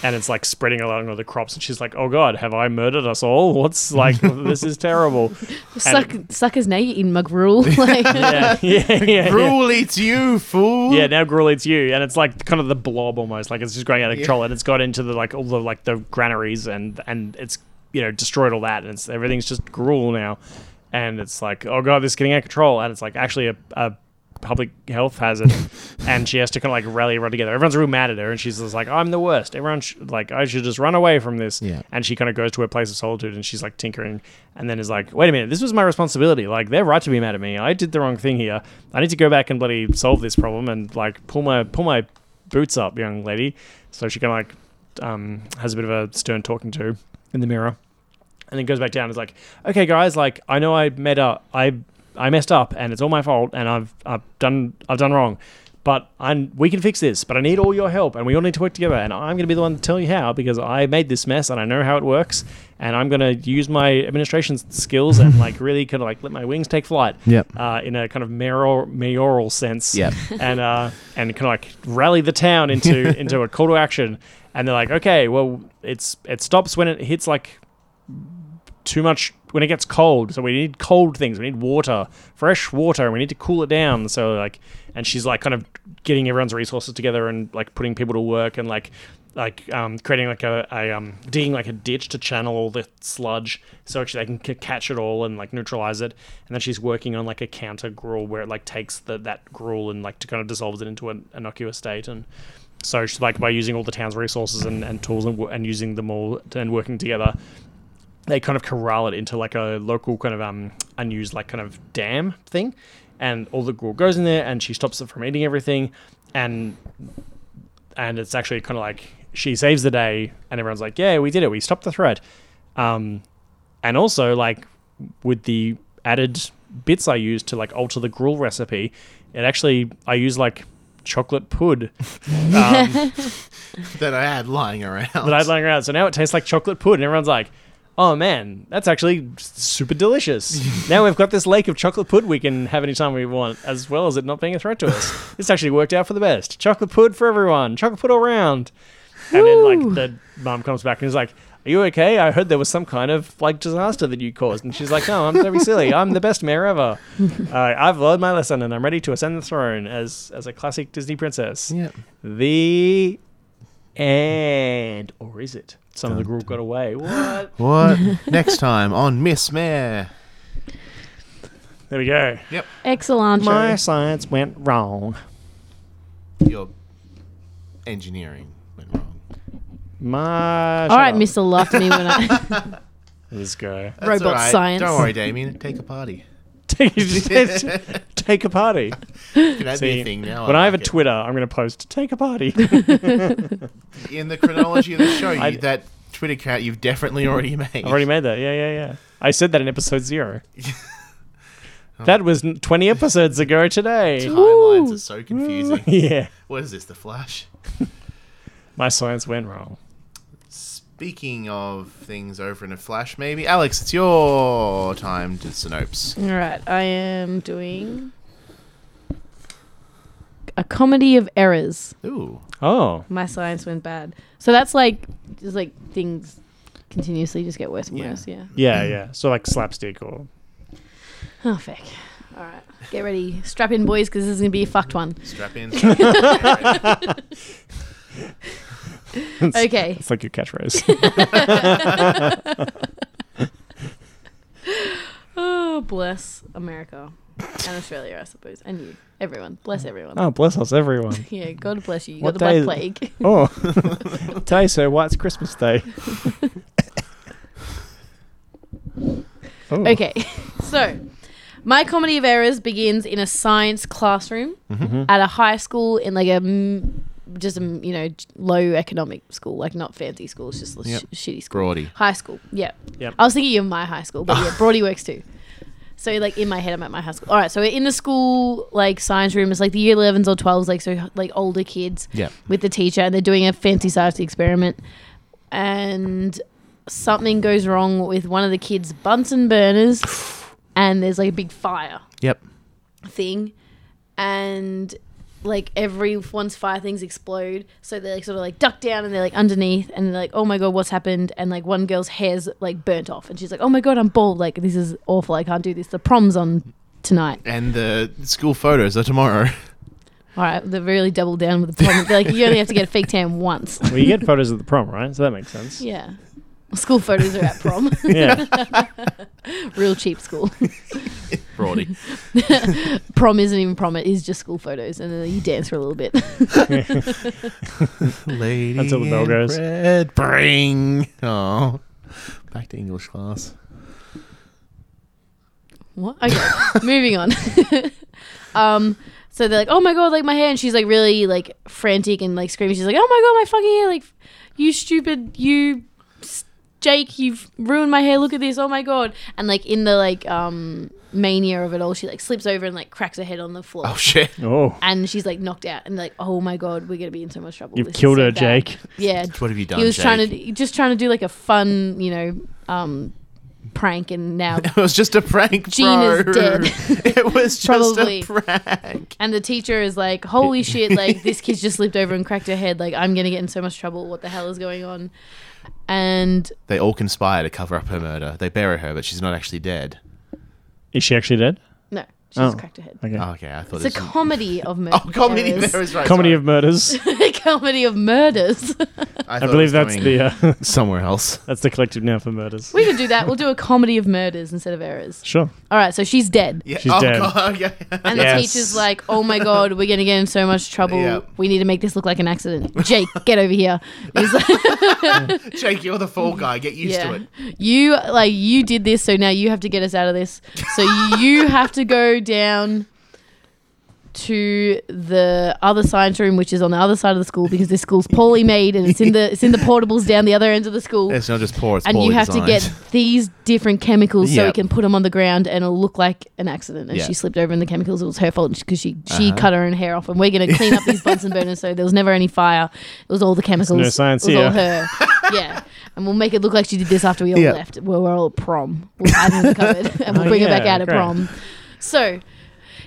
S3: and it's like spreading along all the crops and she's like oh god have I murdered us all what's like this is terrible
S1: Suck, suckers now you eating mug rule. Like,
S3: yeah yeah yeah, yeah.
S2: Rule eats you, fool.
S3: Yeah, now gruel eats you, and it's like kind of the blob almost, like it's just going out of control, and it's got into the like all the like the granaries, and and it's you know destroyed all that, and it's, everything's just gruel now, and it's like oh god, this is getting out of control, and it's like actually a. a public health hazard and she has to kind of like rally everyone together everyone's real mad at her and she's just like i'm the worst everyone sh- like i should just run away from this
S2: Yeah.
S3: and she kind of goes to her place of solitude and she's like tinkering and then is like wait a minute this was my responsibility like they're right to be mad at me i did the wrong thing here i need to go back and bloody solve this problem and like pull my pull my boots up young lady so she kind of like um, has a bit of a stern talking to in the mirror and then goes back down and is like okay guys like i know i made up i i messed up and it's all my fault and i've i've done i've done wrong but i we can fix this but i need all your help and we all need to work together and i'm going to be the one to tell you how because i made this mess and i know how it works and i'm going to use my administration s- skills and like really kind of like let my wings take flight
S2: Yep.
S3: uh, in a kind of mayoral, mayoral sense
S2: Yep.
S3: and uh, and kind of like rally the town into into a call to action. And they're like, okay, well, it's it stops when it hits like too much when it gets cold. So we need cold things. We need water, fresh water, and we need to cool it down. So like, and she's like kind of getting everyone's resources together and like putting people to work and like like um, creating like a, a um, digging like a ditch to channel all the sludge so actually they can c- catch it all and like neutralize it and then she's working on like a counter gruel where it like takes the, that gruel and like to kind of dissolves it into an innocuous state and so she's like by using all the town's resources and, and tools and, wo- and using them all t- and working together they kind of corral it into like a local kind of um unused like kind of dam thing and all the gruel goes in there and she stops it from eating everything and and it's actually kind of like she saves the day and everyone's like yeah we did it we stopped the threat um and also like with the added bits i used to like alter the gruel recipe it actually i use like chocolate pud um,
S2: That I had lying around.
S3: that I'd lying around. So now it tastes like chocolate pud, and everyone's like, "Oh man, that's actually super delicious." now we've got this lake of chocolate pud we can have anytime we want, as well as it not being a threat to us. this actually worked out for the best. Chocolate pud for everyone. Chocolate pud all round. And then like the mom comes back and is like. Are you okay? I heard there was some kind of like disaster that you caused, and she's like, "No, I'm don't be silly. I'm the best mayor ever. Uh, I've learned my lesson, and I'm ready to ascend the throne as as a classic Disney princess."
S2: Yeah.
S3: The and or is it? Some of the gruel got away. What?
S2: What? Next time on Miss Mare.
S3: There we go.
S1: excellent.
S3: My science went wrong.
S2: Your engineering went wrong.
S3: Ma.
S1: All right, Mister laughed at me when I
S3: This guy.
S2: That's
S1: Robot
S2: all right.
S1: science.
S2: Don't worry, Damien. Take a party.
S3: Take, take a party.
S2: Can that be
S3: See,
S2: a thing now?
S3: when I have a
S2: like it.
S3: Twitter, I'm going to post take a party.
S2: in the chronology of the show, you,
S3: I-
S2: that Twitter account you've definitely already made.
S3: I've already made that. Yeah, yeah, yeah. I said that in episode zero. That was n- 20 episodes ago today.
S2: Timelines are so confusing.
S3: yeah.
S2: what is this? The Flash.
S3: My science went wrong.
S2: Speaking of things over in a flash, maybe Alex, it's your time to synopse.
S1: All right, I am doing a comedy of errors.
S2: Ooh,
S3: Oh.
S1: My science went bad, so that's like just like things continuously just get worse and
S2: Yeah.
S1: worse. Yeah.
S3: Yeah, yeah. So like slapstick or.
S1: Oh feck. All right, get ready, strap in, boys, because this is gonna be a fucked one.
S2: strap in. Strap in.
S1: Okay.
S3: It's like your catchphrase.
S1: Oh, bless America and Australia, I suppose, and you, everyone. Bless everyone.
S3: oh, bless us, everyone.
S1: Yeah, God bless you. You
S3: What
S1: got the
S3: day
S1: black
S3: is-
S1: plague.
S3: Oh. Today, so why it's Christmas Day. Oh.
S1: Okay, so my comedy of errors begins in a science classroom
S3: Mm-hmm.
S1: at a high school in like a m- just a m- you know j- low economic school, like not fancy school, it's just a
S2: Yep.
S1: sh- shitty school.
S2: Brody.
S1: High school, yeah.
S3: Yep.
S1: I was thinking of my high school, but yeah, Brody works too. So like in my head, I'm at my high school. All right, so we're in the school like science room. It's like the year 11s or 12s, like so like older kids
S2: Yeah.
S1: with the teacher, and they're doing a fancy science experiment, and something goes wrong with one of the kids' Bunsen burners, and there's like a big fire
S2: Yep.
S1: thing, and like everyone's fire things explode. So they like sort of like duck down and they're like underneath and they're like, oh my god, what's happened? And like one girl's hair's like burnt off and she's like, oh my god, I'm bald. Like this is awful. I can't do this. The prom's on tonight.
S2: And the school photos are tomorrow.
S1: All right, they really doubled down with the prom. They're like, you only have to get a fake tan once.
S3: Well, you get photos of the prom, right? So that makes sense.
S1: Yeah. School photos are at prom.
S3: Yeah.
S1: Real cheap school.
S2: Brody.
S1: prom isn't even prom, it is just school photos. And then you dance for a little bit.
S2: Lady
S3: Until the bell
S2: in
S3: goes.
S2: Red, bring. Oh, back to English class.
S1: What? Okay, moving on. um, so they're like, "Oh my god, like my hair," and she's like really like frantic and like screaming. She's like, "Oh my god, my fucking hair! Like, you stupid, you s- Jake, you've ruined my hair. Look at this! Oh my god!" And like in the like um mania of it all, she like slips over and like cracks her head on the floor.
S2: Oh shit.
S3: Oh.
S1: and she's like knocked out, and like, oh my god, we're gonna be in so much trouble.
S3: You've
S1: This is
S3: killed
S1: so
S3: her,
S1: bad."
S3: Jake.
S1: Yeah,
S2: What have you done?
S1: he was
S2: Jake?
S1: trying to just trying to do like a fun, you know, um, prank, and now
S2: It was just a prank,
S1: Gene
S2: bro.
S1: is dead.
S2: it was just
S1: Probably.
S2: a prank.
S1: And the teacher is like, "Holy shit! Like this kid just slipped over and cracked her head. Like I'm gonna get in so much trouble. What the hell is going on?" And
S2: They all conspire to cover up her murder. They bury her, but she's not actually dead.
S3: Is she actually dead?
S1: no, she just
S3: Oh.
S1: cracked her head.
S3: Okay.
S2: Oh, okay, I thought
S1: It's a
S2: it was.
S1: comedy of murders.
S2: Oh, comedy
S1: errors.
S2: there is right.
S3: Comedy
S2: sorry.
S3: of murders.
S1: a comedy of murders.
S2: I,
S3: I
S2: thought it
S3: believe
S2: was
S3: that's
S2: coming
S3: the uh,
S2: somewhere else.
S3: that's the collective now for murders.
S1: we could do that. We'll do a comedy of murders instead of errors.
S3: Sure.
S1: All right, so she's dead.
S2: Yeah.
S3: She's
S2: oh,
S3: dead.
S2: God. Yeah.
S1: And the
S3: Yes.
S1: teacher's like, "Oh my god, we're gonna get in so much trouble.
S2: Yeah.
S1: We need to make this look like an accident." Jake, get over here. He's like,
S2: Jake, you're the fall guy. Get used to it.
S1: You like you did this, so now you have to get us out of this. So you have to go down to the other science room, which is on the other side of the school, because this school's poorly made and it's in the it's in the portables down the other end of the school.
S2: It's not just poor. It's
S1: and you
S2: poorly
S1: have to get
S2: designed.
S1: these different chemicals so
S2: Yeah.
S1: we can put them on the ground and it'll look like an accident. And
S2: Yeah.
S1: she slipped over in the chemicals. It was her fault because she she
S3: Uh-huh.
S1: cut her own hair off. And we're gonna clean up these Bunsen burners so there was never any fire. It was all the chemicals.
S3: no science
S1: it was all
S3: here.
S1: her. yeah, and we'll make it look like she did this after we all
S2: Yeah.
S1: left. Well, we're all at prom. We'll hide her in the cupboard and we'll
S3: Oh,
S1: bring her
S3: yeah,
S1: back out at
S3: great.
S1: prom. So.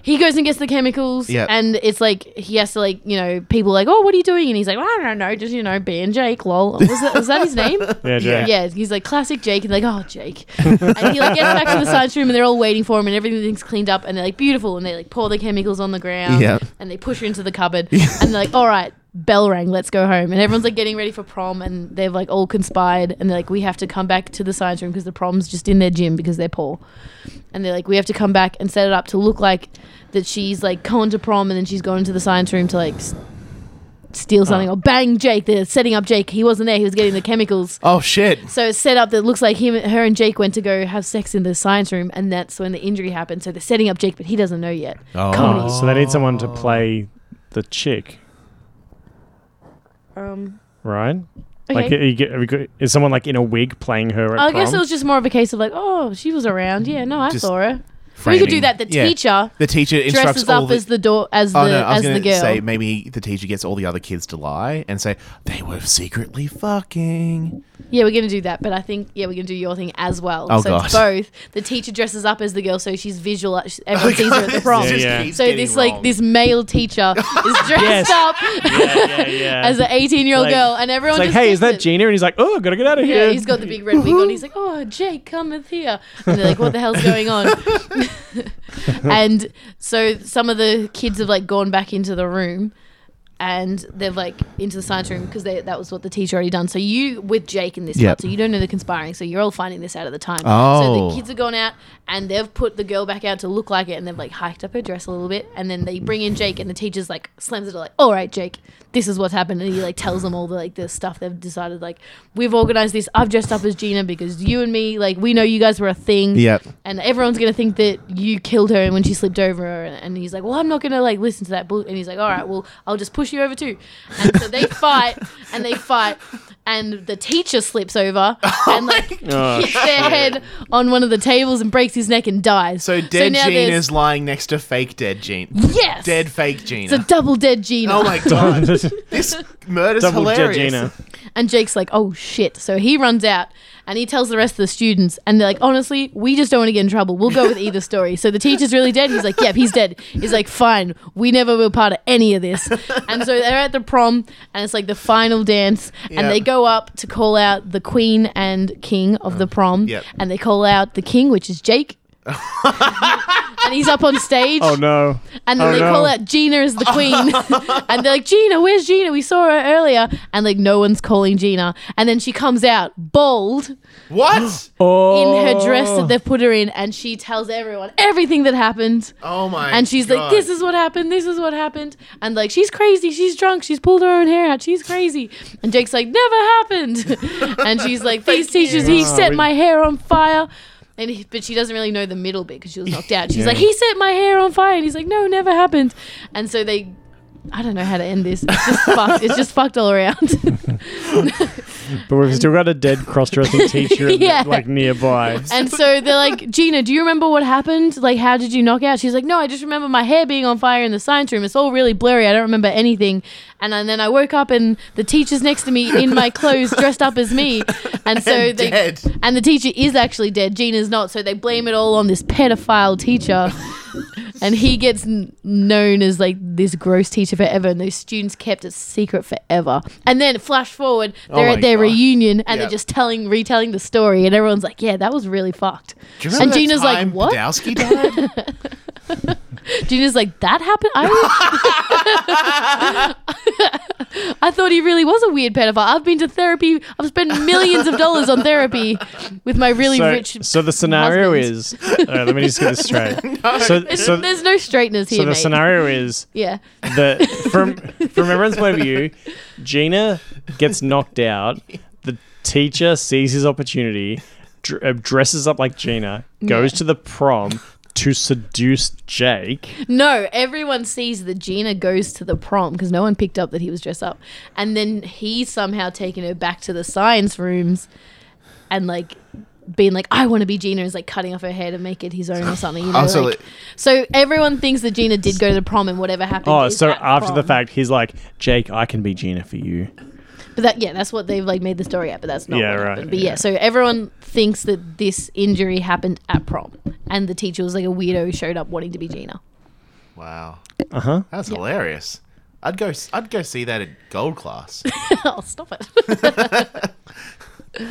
S1: He goes and gets the chemicals,
S2: Yeah.
S1: and it's like he has to like you know people are like oh what are you doing and he's like well, I don't know just you know being Jake lol was that, was that his name
S3: Yeah, Jake.
S1: yeah, he's like classic Jake, and they're like, oh Jake, and he like gets back to the science room, and they're all waiting for him, and everything's cleaned up, and they're like beautiful, and they like pour the chemicals on the ground,
S2: Yeah.
S1: and they push her into the cupboard, and they're like, all right, bell rang, let's go home, and everyone's like getting ready for prom, and they've like all conspired, and they're like, we have to come back to the science room because the prom's just in their gym because they're poor, and they're like, we have to come back and set it up to look like that she's like going to prom, and then she's going to the science room to like. s- steal something or bang Jake. They're setting up Jake. He wasn't there. He was getting the chemicals.
S2: Oh shit!
S1: So it's set up that it looks like him, her, and Jake went to go have sex in the science room, and that's when the injury happened. So they're setting up Jake, but he doesn't know yet.
S2: Oh.
S1: Comedy.
S3: so they need someone to play the chick,
S1: Um,
S3: right? Like,
S1: okay.
S3: you get, have you got- is someone like in a wig playing her? At
S1: I guess it
S3: prom?
S1: was just more of a case of like, oh, she was around. Yeah, no, I
S2: Just
S1: saw her. We
S2: Framing.
S1: could do that. The
S2: Yeah.
S1: teacher
S2: The teacher instructs
S1: dresses
S2: all
S1: up
S2: the.
S1: as the door as the
S2: oh no! I
S1: as
S2: was
S1: the
S2: going to
S1: girl.
S2: say maybe the teacher gets all the other kids to lie and say they were secretly fucking.
S1: Yeah, we're gonna do that, but I think yeah, we're gonna do your thing as well.
S2: Oh,
S1: so it's
S2: God.
S1: both. The teacher dresses up as the girl, so she's visual. uh, Everyone sees her at the prom.
S3: Yeah, yeah.
S1: So this like this male teacher is dressed
S3: Yes.
S1: up
S3: yeah, yeah.
S1: as an 18 year old
S3: Like-
S1: girl, and everyone
S3: It's like,
S1: just
S3: hey,
S1: thinks
S3: is that Gina? And he's like, oh, gotta get out of
S1: Yeah,
S3: here.
S1: he's got the big red wig on. He's like, "Oh, Jake, cometh here," and they're like, "What the hell's going on?" and so some of the kids have like gone back into the room, and they've like into the science room because that was what the teacher already done. So you with Jake in this
S2: Yep.
S1: part, so you don't know the conspiring, so you're all finding this out at the time. So
S2: Oh.
S1: the kids have gone out and they've put the girl back out to look like it, and they've like hiked up her dress a little bit, and then they bring in Jake, and the teacher's like slams it like, "All right, Jake, this is what's happened," and he like tells them all the like the stuff they've decided. Like we've organized this. I've dressed up as Gina because you and me, like we know you guys were a thing
S2: Yep.
S1: and everyone's gonna think that you killed her and when she slipped over her and he's like well i'm not gonna like listen to that bull and he's like all right well i'll just push you over too and so they fight and they fight and the teacher slips over and like
S3: Oh,
S1: hits their head on one of the tables and breaks his neck and dies
S2: So dead
S1: now
S2: Gene
S1: there's-
S2: is lying next to fake dead Gene.
S1: yes
S2: Dead fake
S1: it's a
S2: Gina.
S1: double dead Gina.
S2: oh my god! this murder's
S3: Double
S2: hilarious.
S3: Gina.
S1: And Jake's like, oh shit. So he runs out and he tells the rest of the students, and they're like, honestly, we just don't want to get in trouble. We'll go with either story. So the teacher's really dead. He's like, yep, he's dead. He's like, fine. We never were part of any of this. And so they're at the prom, and it's like the final dance,
S2: Yep.
S1: and they go up to call out the queen and king of the prom.
S2: Oh, yep.
S1: And they call out the king, which is Jake. and he's up on stage.
S3: Oh no.
S1: And then
S3: Oh,
S1: they
S3: no.
S1: call out Gina is the queen. and they're like, Gina, where's Gina? We saw her earlier. And like, no one's calling Gina. And then she comes out bald
S2: What?
S3: Oh.
S1: in her dress that they've put her in. And she tells everyone everything that happened.
S2: Oh my!
S1: And she's like,
S2: God.
S1: this is what happened. This is what happened. And like, she's crazy. She's drunk. She's pulled her own hair out. She's crazy. And Jake's like, never happened. and she's like, these teachers, he
S3: Ah,
S1: set
S3: we-
S1: my hair on fire. And he, but she doesn't really know the middle bit because she was knocked out. She's like, he set my hair on fire. And he's like, no, never happened. And so they, I don't know how to end this. It's just fucked. It's just fucked all around.
S3: But we've still got a dead cross-dressing teacher in the-
S1: Yeah.
S3: like nearby.
S1: And so they're like, Gina, do you remember what happened? Like, how did you knock out? She's like, No, I just remember my hair being on fire in the science room. It's all really blurry. I don't remember anything. And, and then I woke up and the teacher's next to me in my clothes, dressed up as me. And so
S2: And
S1: they
S2: dead.
S1: and the teacher is actually dead. Gina's not. So they blame it all on this pedophile teacher. and he gets n- known as like this gross teacher forever. And those students kept it secret forever. And then flash forward, they're
S2: Oh my
S1: at their
S2: God.
S1: reunion and
S2: Yep.
S1: they're just telling, retelling the story. And everyone's like, yeah, that was really fucked.
S2: Do you remember
S1: and
S2: that
S1: Gina's like,
S2: time
S1: "What?"
S2: Badowski died?
S1: Gina's like, that happened? I, I thought he really was a weird pedophile. I've been to therapy. I've spent millions of dollars on therapy with my really
S3: so,
S1: rich.
S3: so the scenario
S1: husband.
S3: is. all right, let me just get this straight. So,
S1: There's,
S3: so,
S1: there's no straightness here,
S3: so the
S1: mate.
S3: scenario is
S1: yeah.
S3: that from from everyone's point of view, Gina gets knocked out. The teacher sees his opportunity, dr- uh, dresses up like Gina, goes to the prom to seduce Jake.
S1: No, everyone sees that Gina goes to the prom because no one picked up that he was dressed up. And then he somehow taking her back to the science rooms and like being like, I want to be Gina is like cutting off her hair to make it his own or something. You know,
S2: Also,
S1: like-
S2: it-
S1: so everyone thinks that Gina did go to the prom and whatever happened.
S3: Oh,
S1: is
S3: so
S1: at
S3: after the
S1: prom.
S3: fact, he's like, Jake, I can be Gina for you.
S1: But that yeah, that's what they've like made the story at, but that's not
S3: Yeah,
S1: what
S3: right,
S1: happened. But
S3: yeah.
S1: yeah. so everyone thinks that this injury happened at prom and the teacher was like a weirdo who showed up wanting to be Gina.
S2: wow,
S3: Uh huh.
S2: that's hilarious. I'd go. s- I'd go see that at Gold Class.
S1: oh, stop it.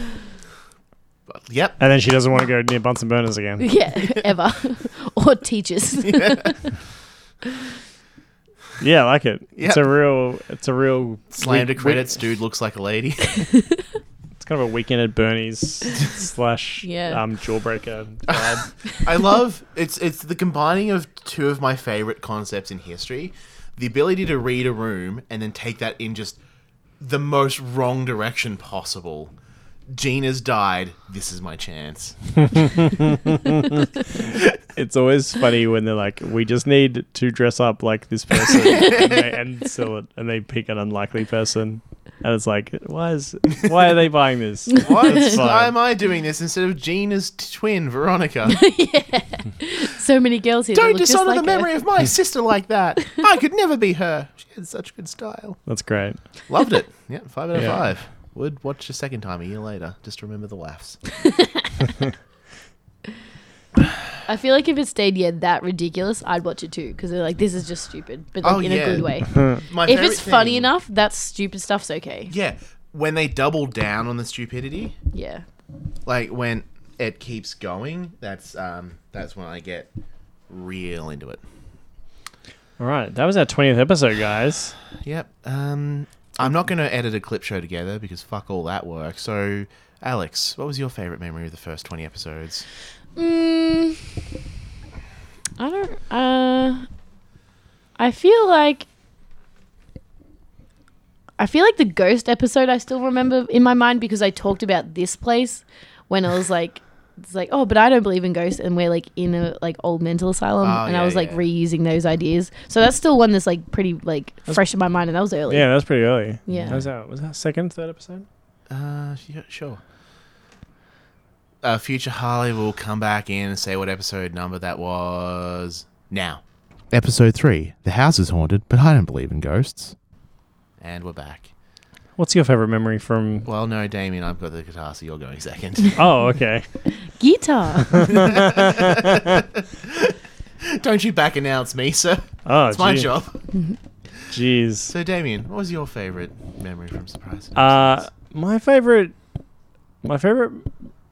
S2: yep.
S3: And then she doesn't want to go near Bunsen burners again.
S1: Yeah, ever. or teachers.
S3: Yeah, I like it. It's
S2: Yep.
S3: a real, it's a real
S2: Slam to
S3: week-
S2: credits. Dude looks like a lady.
S3: It's kind of a weekend at Bernie's slash
S1: Yeah.
S3: um, jawbreaker.
S2: I love it's it's the combining of two of my favorite concepts in history. the ability to read a room and then take that in just the most wrong direction possible. Gina's died. This is my chance.
S3: It's always funny when they're like, "We just need to dress up like this person," and, they, and so it- and they pick an unlikely person, and it's like, "Why is why are they buying this?"
S2: What?
S3: That's fine.
S2: Why am I doing this instead of Gina's t- twin, Veronica?
S1: So many girls here. that
S2: Don't
S1: look just
S2: dishonor
S1: like
S2: the memory
S1: Her.
S2: of my sister like that. I could never be her. She had such good style.
S3: That's great.
S2: Loved it. Yeah, five out of
S3: Yeah.
S2: five. Would watch a second time a year later. Just remember the laughs.
S1: I feel like if it stayed yeah that ridiculous, I'd watch it too because they're like, this is just stupid, but like,
S2: Oh,
S1: in
S2: yeah.
S1: a good way.
S2: My
S1: if
S2: favourite
S1: it's funny
S2: thing-
S1: enough, that stupid stuff's okay.
S2: Yeah, when they double down on the stupidity,
S1: Yeah.
S2: like when it keeps going, that's um that's when I get real into it.
S3: All right, that was our twentieth episode, guys.
S2: Yep. Um I'm not going to edit a clip show together because fuck all that work. So, Alex, what was your favorite memory of the first 20 episodes?
S1: Mm, I don't. Uh, I feel like. I feel like the ghost episode I still remember in my mind because I talked about this place when I was like, it's like, oh, but I don't believe in ghosts, and we're like in a like old mental asylum,
S2: Oh,
S1: and
S2: yeah,
S1: I was like
S2: yeah.
S1: reusing those ideas. So that's still one that's like pretty like fresh in my mind, and that was early.
S3: Yeah, that was pretty early.
S1: Yeah.
S3: that was our was that second, third episode.
S2: Uh, yeah, sure. Uh, future Harley will come back in and say what episode number that was now. Episode three. The house is haunted, but I don't believe in ghosts. And we're back.
S3: What's your favorite memory from?
S2: Well, no, Damien, I've got the guitar, so you're going second.
S3: Oh, okay.
S1: Guitar.
S2: Don't you back announce me, sir?
S3: Oh,
S2: It's my
S3: gee-
S2: job.
S3: Jeez.
S2: So, Damien, what was your favourite memory from Surprise?
S3: Uh, my favorite, my favorite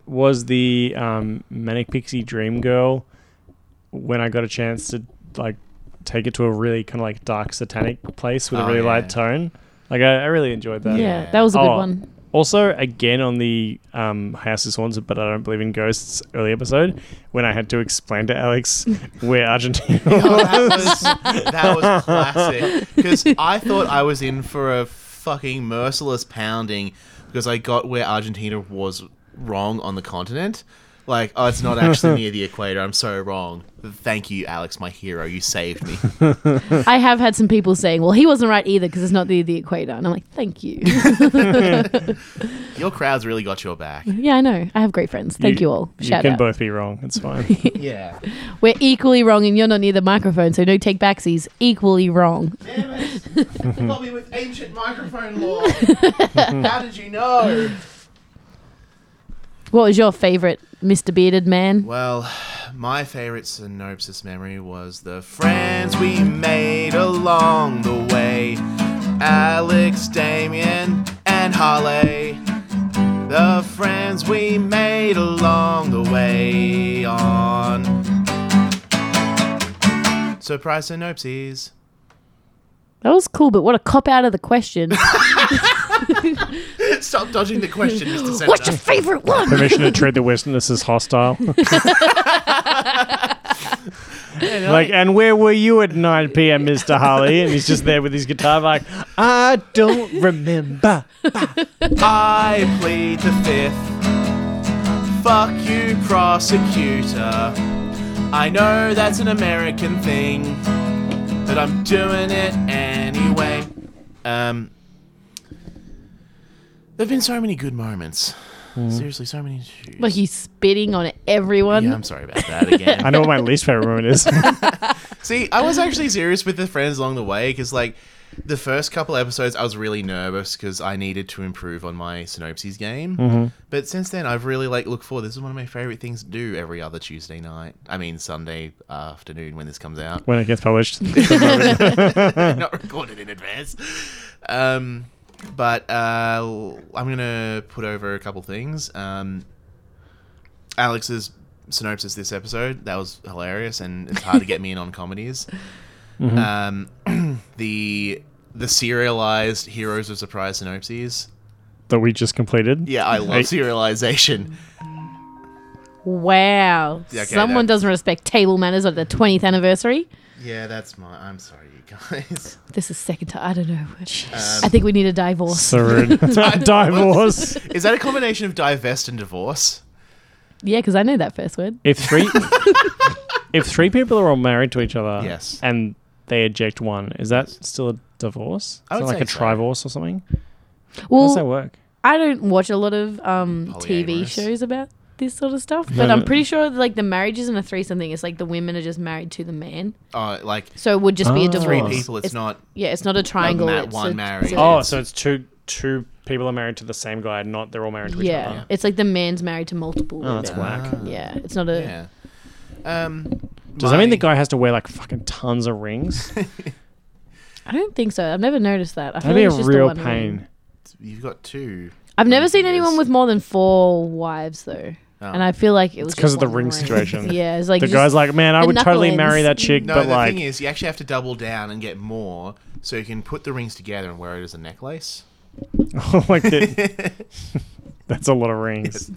S3: was the um, Manic Pixie Dream Girl when I got a chance to like take it to a really kind of like dark satanic place with
S2: Oh,
S3: a really
S2: yeah.
S3: light tone. Like I, I really enjoyed that.
S1: yeah, that was a good
S3: Oh,
S1: one.
S3: Also, again on the um, House is Haunted, but I don't believe in ghosts early episode when I had to explain to Alex where Argentina.
S2: Oh,
S3: was.
S2: that was that was classic because I thought I was in for a fucking merciless pounding because I got where Argentina was wrong on the continent. Like, oh, it's not actually near the equator. I'm so wrong. Thank you, Alex, my hero. You saved me.
S1: I have had some people saying, well, he wasn't right either because it's not the the equator, and I'm like, thank you.
S2: Your crowd's really got your back.
S1: Yeah, I know. I have great friends. Thank you, all.
S3: you
S1: Shout
S3: can
S1: out.
S3: both be wrong. It's fine.
S2: Yeah.
S1: We're equally wrong, and you're not near the microphone, so no take backsies. Equally wrong.
S2: Damn it! You got me with ancient microphone law. How did you know?
S1: What was your favorite, Mr. Bearded Man?
S2: Well, my favorite synopsis memory was the friends we made along the way. Alex, Damien, and Harley. The friends we made along the way on. Surprise synopses.
S1: That was cool, but what a cop out of the question.
S2: Stop dodging the question, Mr. Senator.
S1: What's your favorite one?
S3: Permission to treat the witness as hostile. Like, and where were you at 9 p.m., Mr. Holly? And he's just there with his guitar, like, I don't remember.
S2: I plead the fifth. Fuck you, prosecutor. I know that's an American thing, but I'm doing it anyway. Um, there've been so many good moments. Seriously, so many. issues.
S1: Like you spitting on everyone.
S2: yeah, I'm sorry about that again.
S3: I know what my least favorite moment is.
S2: See, I was actually serious with the friends along the way because, like, the first couple episodes, I was really nervous because I needed to improve on my synopses game. But since then, I've really like looked forward. This is one of my favorite things to do every other Tuesday night. I mean, Sunday afternoon when this comes out,
S3: when it gets published.
S2: not recorded in advance. Um, but uh, I'm gonna put over a couple things. Um, Alex's synopsis this episode that was hilarious, and it's hard to get me in on comedies. Um, the the serialized heroes of surprise synopses.
S3: That we just completed.
S2: Yeah, I love
S3: Hey.
S2: serialization.
S1: Wow.
S2: Yeah, okay,
S1: Someone
S2: that-
S1: doesn't respect table manners on the 20th anniversary.
S4: Yeah, that's my. I'm sorry, you guys.
S1: This is second time. I don't know.
S4: Um,
S1: I think we need a divorce.
S3: Sarin. Divorce.
S2: Is that a combination of divest and divorce?
S1: yeah, because I know that first word.
S3: If three, if three people are all married to each other,
S2: Yes.
S3: and they eject one, is that still a divorce?
S2: I
S3: Is
S2: would
S3: that like
S2: say so.
S3: a trivorce or something? How does that
S1: Well,
S3: work?
S1: I don't watch a lot of um,
S2: Mm,
S1: TV
S2: Polyamorous.
S1: shows about this sort of stuff,
S3: No,
S1: but I'm
S3: no.
S1: pretty sure like the marriage isn't a threesome thing. It's like the women are just married to the man,
S2: Uh, like
S1: so it would just be a
S3: Oh.
S1: divorce.
S2: three
S3: Divorce.
S2: people, it's, not.
S1: Yeah, it's not a triangle.
S2: that
S1: it's
S2: one
S1: a-
S2: marriage.
S1: it's a-
S3: Oh, so it's two two people are married to the same guy, not they're all married to each
S1: yeah.
S3: other.
S1: It's like the man's married to multiple.
S3: Oh, that's
S1: women.
S3: whack.
S2: uh,
S1: Yeah, it's not a.
S2: Yeah. Um,
S3: Does that mean
S2: my-
S3: the guy has to wear like fucking tons of rings?
S1: I don't think so. I've never noticed that. I feel
S3: That'd be a
S1: like it's just the
S3: real
S1: one ring.
S3: pain.
S2: You've got two.
S1: I've never seen
S2: fingers.
S1: anyone with more than four wives though,
S2: Oh.
S1: and I feel like it was
S3: because
S1: just
S3: of the
S1: one
S3: ring situation.
S1: yeah, it's like
S3: the
S1: just-
S3: guy's like, man, I
S1: the
S3: would totally
S1: knuckle
S3: marry
S1: ends.
S3: that chick,
S2: No,
S3: but
S2: the
S3: like,
S2: thing is, you actually have to double down and get more, so you can put the rings together and wear it as a necklace.
S3: like that- that's a lot of rings.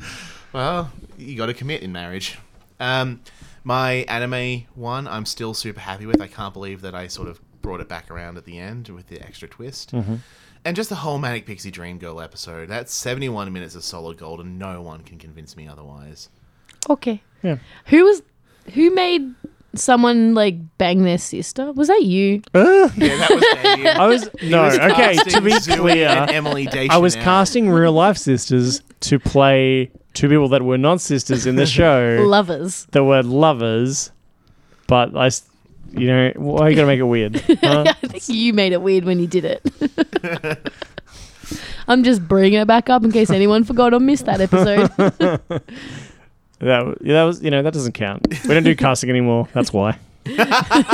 S2: Well, you got to commit in marriage. Um, my anime one, I'm still super happy with. I can't believe that I sort of brought it back around at the end with the extra twist.
S3: Mm-hmm.
S2: And just the whole Manic Pixie Dream Girl episode. That's 71 minutes of solid gold, and no one can convince me otherwise.
S1: okay.
S3: Yeah.
S1: Who was who made someone like bang their sister? Was that you?
S2: Yeah, that was Damien.
S3: I was no
S2: was
S3: okay. To
S2: casting
S3: be
S2: Zoe
S3: clear,
S2: and Emily Deschanel.
S3: I was casting real life sisters to play two people that were not sisters in the show
S1: Lovers.
S3: that were lovers, but I, s- you know, why you gotta make it weird? huh?
S1: I think you made it weird when you did it. I'm just bringing it back up in case anyone forgot or missed that episode.
S3: That w- yeah, that was you know that doesn't count. We don't do casting anymore. That's why.
S2: Not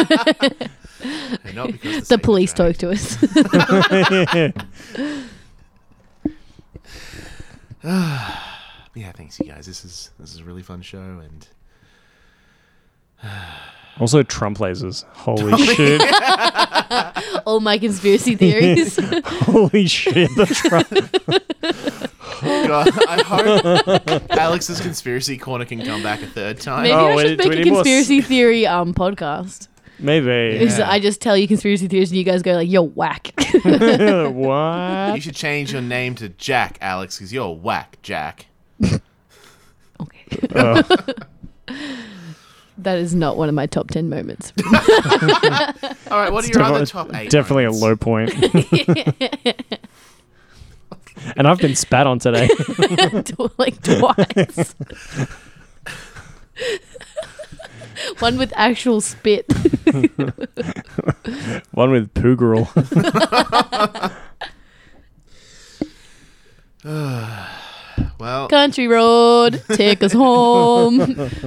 S2: because of
S1: the
S2: Sacred
S1: police
S2: Dragon.
S1: talk to us.
S2: Yeah, thanks you guys. This is this is a really fun show, and
S3: Also, Trump lasers. Holy shit!
S1: All my conspiracy theories.
S3: Holy shit! The Trump.
S2: God, I hope Alex's conspiracy corner can come back a third time.
S1: Maybe
S3: Oh,
S1: I
S3: wait,
S1: should
S3: do
S1: make
S3: we
S1: a
S3: need more s-
S1: conspiracy theory um podcast.
S3: Maybe.
S1: Because
S2: Yeah.
S1: I just tell you conspiracy theories and you guys go like, "You're whack."
S2: You
S3: what?
S2: should change your name to Jack, Alex, because you're whack, Jack.
S1: okay,
S3: Oh.
S1: that is not one of my top ten moments.
S2: All right, what are
S3: It's
S2: your
S3: defi-
S2: other top eight?
S3: Definitely
S2: moments?
S3: a low point. and I've been spat on today.
S1: Tw- like twice. One with actual spit.
S3: One with Poogerel.
S2: Well,
S1: Country road, take us home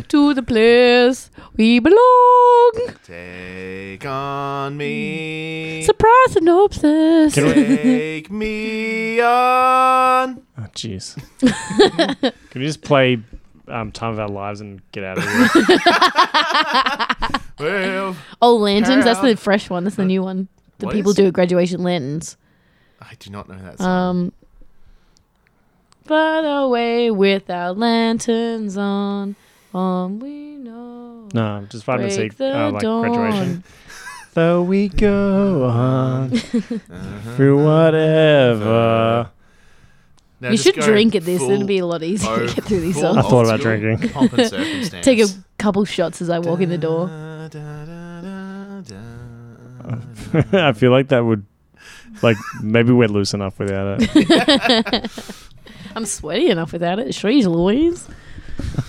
S1: to the place we belong.
S2: take on me.
S1: Surprise synopsis.
S3: Can
S2: Take me on.
S3: Oh, jeez. Can we just play um, Time of Our Lives and get out of here?
S2: Well,
S1: oh, lanterns. That's
S2: Girl.
S1: the fresh one. That's the new one. The
S2: What
S1: people
S2: is-
S1: do at graduation lanterns.
S2: I do not know that song.
S1: Um, run away with our lanterns on. On we know.
S3: No, I'm just vitamin C.
S1: Break the
S3: Uh, like graduation.
S1: dawn.
S3: Though we go on
S1: Uh,
S2: Uh-huh.
S3: through whatever.
S2: No,
S1: you
S2: just
S1: should
S2: go
S1: drink at this.
S2: full
S1: It'd be a lot easier
S2: oh,
S1: to get through these
S2: full
S1: songs.
S3: I thought
S2: old
S3: about
S2: school
S3: drinking.
S2: Pomp and circumstance.
S1: Take a couple shots as I walk in the door.
S2: Da, da, da, da, da.
S3: I feel like that would, like, maybe we're loose enough without it.
S1: I'm sweaty enough without it. She's Louise.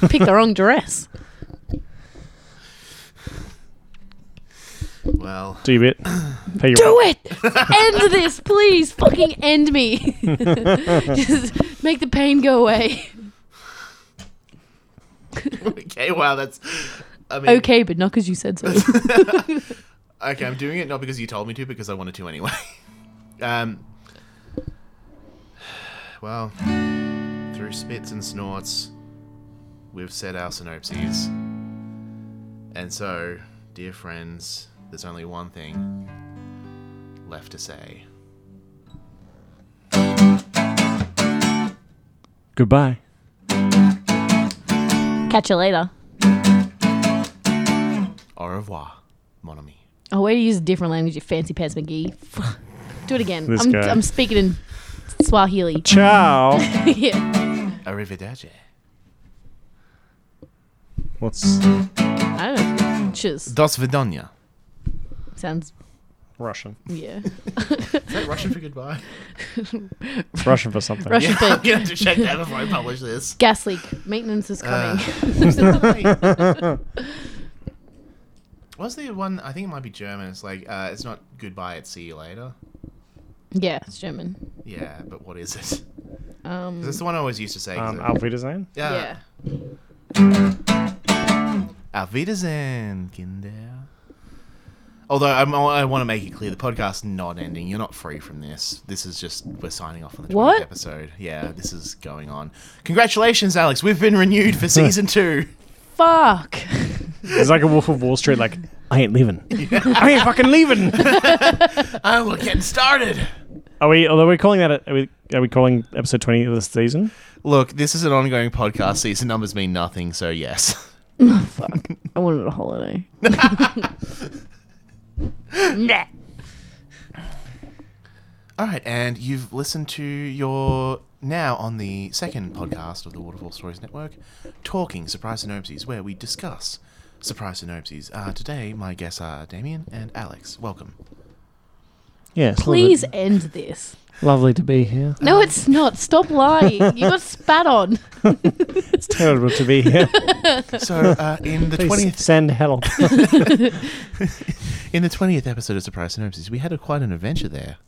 S1: Picked the wrong dress.
S2: Well,
S3: Do your bit. Pay your
S1: Do it! End this, please. Fucking end me. Just make the pain go away.
S2: okay, wow, that's. I mean,
S1: Okay, but not because you said so.
S2: Okay, I'm doing it not because you told me to, because I wanted to anyway. um, well, through spits and snorts, we've said our synopses. And so, dear friends, there's only one thing left to say.
S3: Goodbye.
S1: Catch you later.
S2: Au revoir, mon ami.
S1: Oh, way to use a different language, you fancy pants McGee. Do it again.
S3: This
S1: I'm,
S3: guy.
S1: I'm speaking in Swahili.
S3: Ciao.
S1: yeah.
S2: Arrivederci.
S3: What's
S1: I don't know. Cheers.
S2: Dos Vidonia.
S1: Sounds,
S3: Russian?
S1: yeah.
S2: Is that Russian for goodbye?
S3: It's Russian for something.
S1: Russian
S2: Yeah, I'm
S1: for
S2: gonna have to check that before I publish this.
S1: gas leak. Maintenance is coming.
S2: What's the one? I think it might be German. It's like uh, it's not goodbye. It's see you later.
S1: yeah, it's German.
S2: Yeah, but what is it?
S1: Um,
S2: That's the one I always used to say. 'cause
S3: Um,
S2: it-
S3: Auf Wiedersehen.
S2: yeah.
S1: yeah.
S2: Auf Wiedersehen, Kinder. Although I'm, I want to make it clear, the podcast's not ending. You're not free from this. This is just we're signing off on the 20th
S1: What?
S2: episode. Yeah, this is going on. Congratulations, Alex. We've been renewed for season two.
S1: Fuck.
S3: It's like a Wolf of Wall Street. Like I ain't leaving. I ain't fucking leaving.
S2: Oh, we're getting started.
S3: Are we? Although we're calling that. A, are we? Are we calling episode twenty of this season?
S2: Look, this is an ongoing podcast. Season numbers mean nothing, so yes.
S1: I wanted a holiday. nah.
S2: All right, and you've listened to your now on the second podcast of the Waterfall Stories Network, Talking Surprise Synopses, where we discuss surprise synopses. Uh, today, my guests are Damien and Alex. Welcome.
S3: Yes.
S1: Please end this.
S3: Lovely to be here.
S1: No, it's not. Stop lying. You got spat on.
S3: It's terrible to be here.
S2: So, uh, in the
S3: Please
S2: twentieth,
S3: send help.
S2: in the twentieth episode of Surprise Synopses, we had a, quite an adventure there.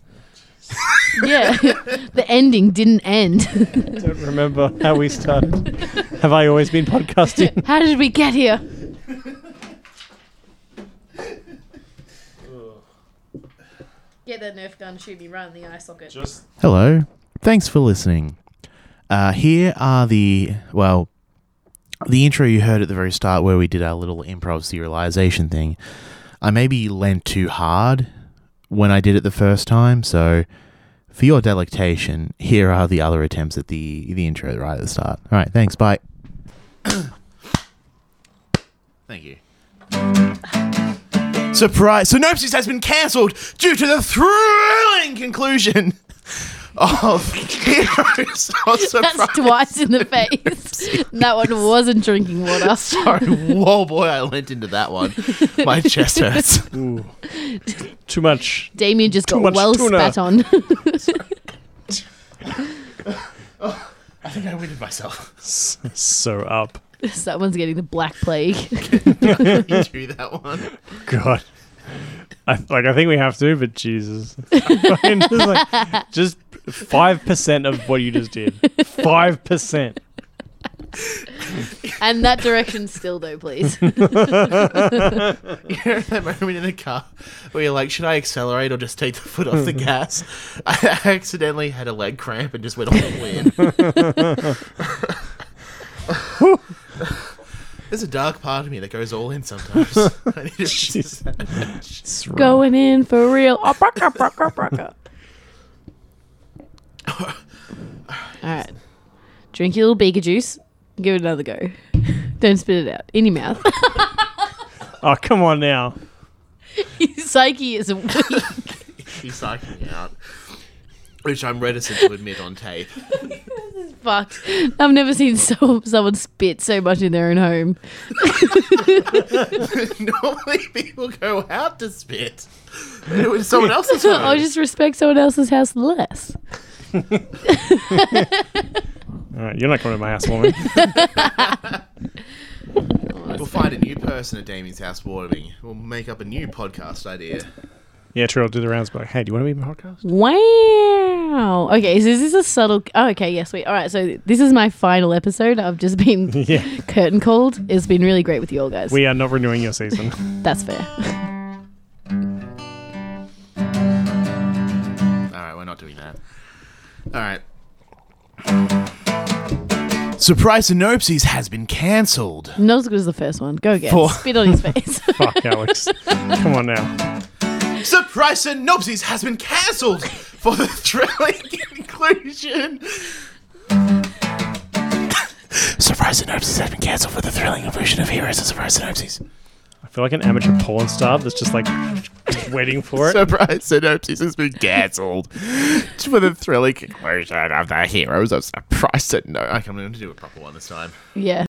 S1: Yeah. the ending didn't end.
S3: Don't remember how we started. Have I always been podcasting?
S1: How did we get here? Get that Nerf gun, shoot me right in the eye socket.
S2: Hello. Thanks for listening. Uh, here are the, well, the intro you heard at the very start where we did our little improv serialization thing. I maybe lent too hard when I did it the first time, so for your delectation, here are the other attempts at the, the intro right at the start. All right, thanks. Bye. Thank you. Surprise! Synopsis has been cancelled due to the thrilling conclusion of Heroes of Surprise.
S1: That's twice in the face. that one wasn't drinking water.
S2: Sorry, whoa, boy, I leant into that one. My chest hurts.
S3: Ooh. Too much.
S1: Damien just
S3: Too
S1: got
S3: much
S1: well
S3: tuna.
S1: spat on.
S2: Oh, I think I winded myself.
S3: S- So up.
S1: Someone's getting the black plague.
S2: into that one.
S3: God. I, like I think we have to, but Jesus, Fucking just like- just five percent of what you just did. Five percent.
S1: and that direction still though, please.
S2: You know that moment in the car where you're like, should I accelerate or just take the foot off the gas? I accidentally had a leg cramp and just went all in.
S3: Oh,
S2: There's a dark part of me that goes all in sometimes. I need to
S3: Jeez.
S2: resist that.
S3: It's
S1: Going in for real. Oh, braka, braka, braka. All right. Drink your little beaker juice. Give it another go. Don't spit it out in your mouth.
S3: Oh, come on now.
S1: your psyche is weak.
S2: He's psyching me out. Which I'm reticent to admit on tape.
S1: Fucked. I've never seen so, someone spit so much in their own home.
S2: Normally people go out to spit. They do it in someone else's
S1: I
S2: home.
S1: just respect someone else's house less.
S3: All right, you're not coming to my house, woman.
S2: We'll find a new person at Damien's house warming. We'll make up a new podcast idea.
S3: yeah, true. I'll do the rounds. But like, hey, do you want to be in my podcast?
S1: Wow. Okay, so is this a subtle? Oh, okay, yes, sweet. All right, so this is my final episode. I've just been
S3: Yeah,
S1: curtain called. It's been really great with you all guys.
S3: we are not renewing your season.
S1: That's fair.
S2: Alright, we're not doing that. Alright. Surprise Synopses has been cancelled.
S1: Not as good as the first one. Go again.
S2: Four.
S1: Spit on his face.
S3: Fuck, Alex. Come on now.
S2: Surprise Synopses has been cancelled for the thrilling conclusion. Surprise Synopses has been cancelled for the thrilling conclusion of Heroes and Surprise Synopses.
S3: I feel like an amateur porn star that's just like waiting for it.
S2: Surprise! Synopsis has been cancelled for the thrilling conclusion of the heroes of Surprise. No, I come in to do a proper one this time.
S1: Yeah.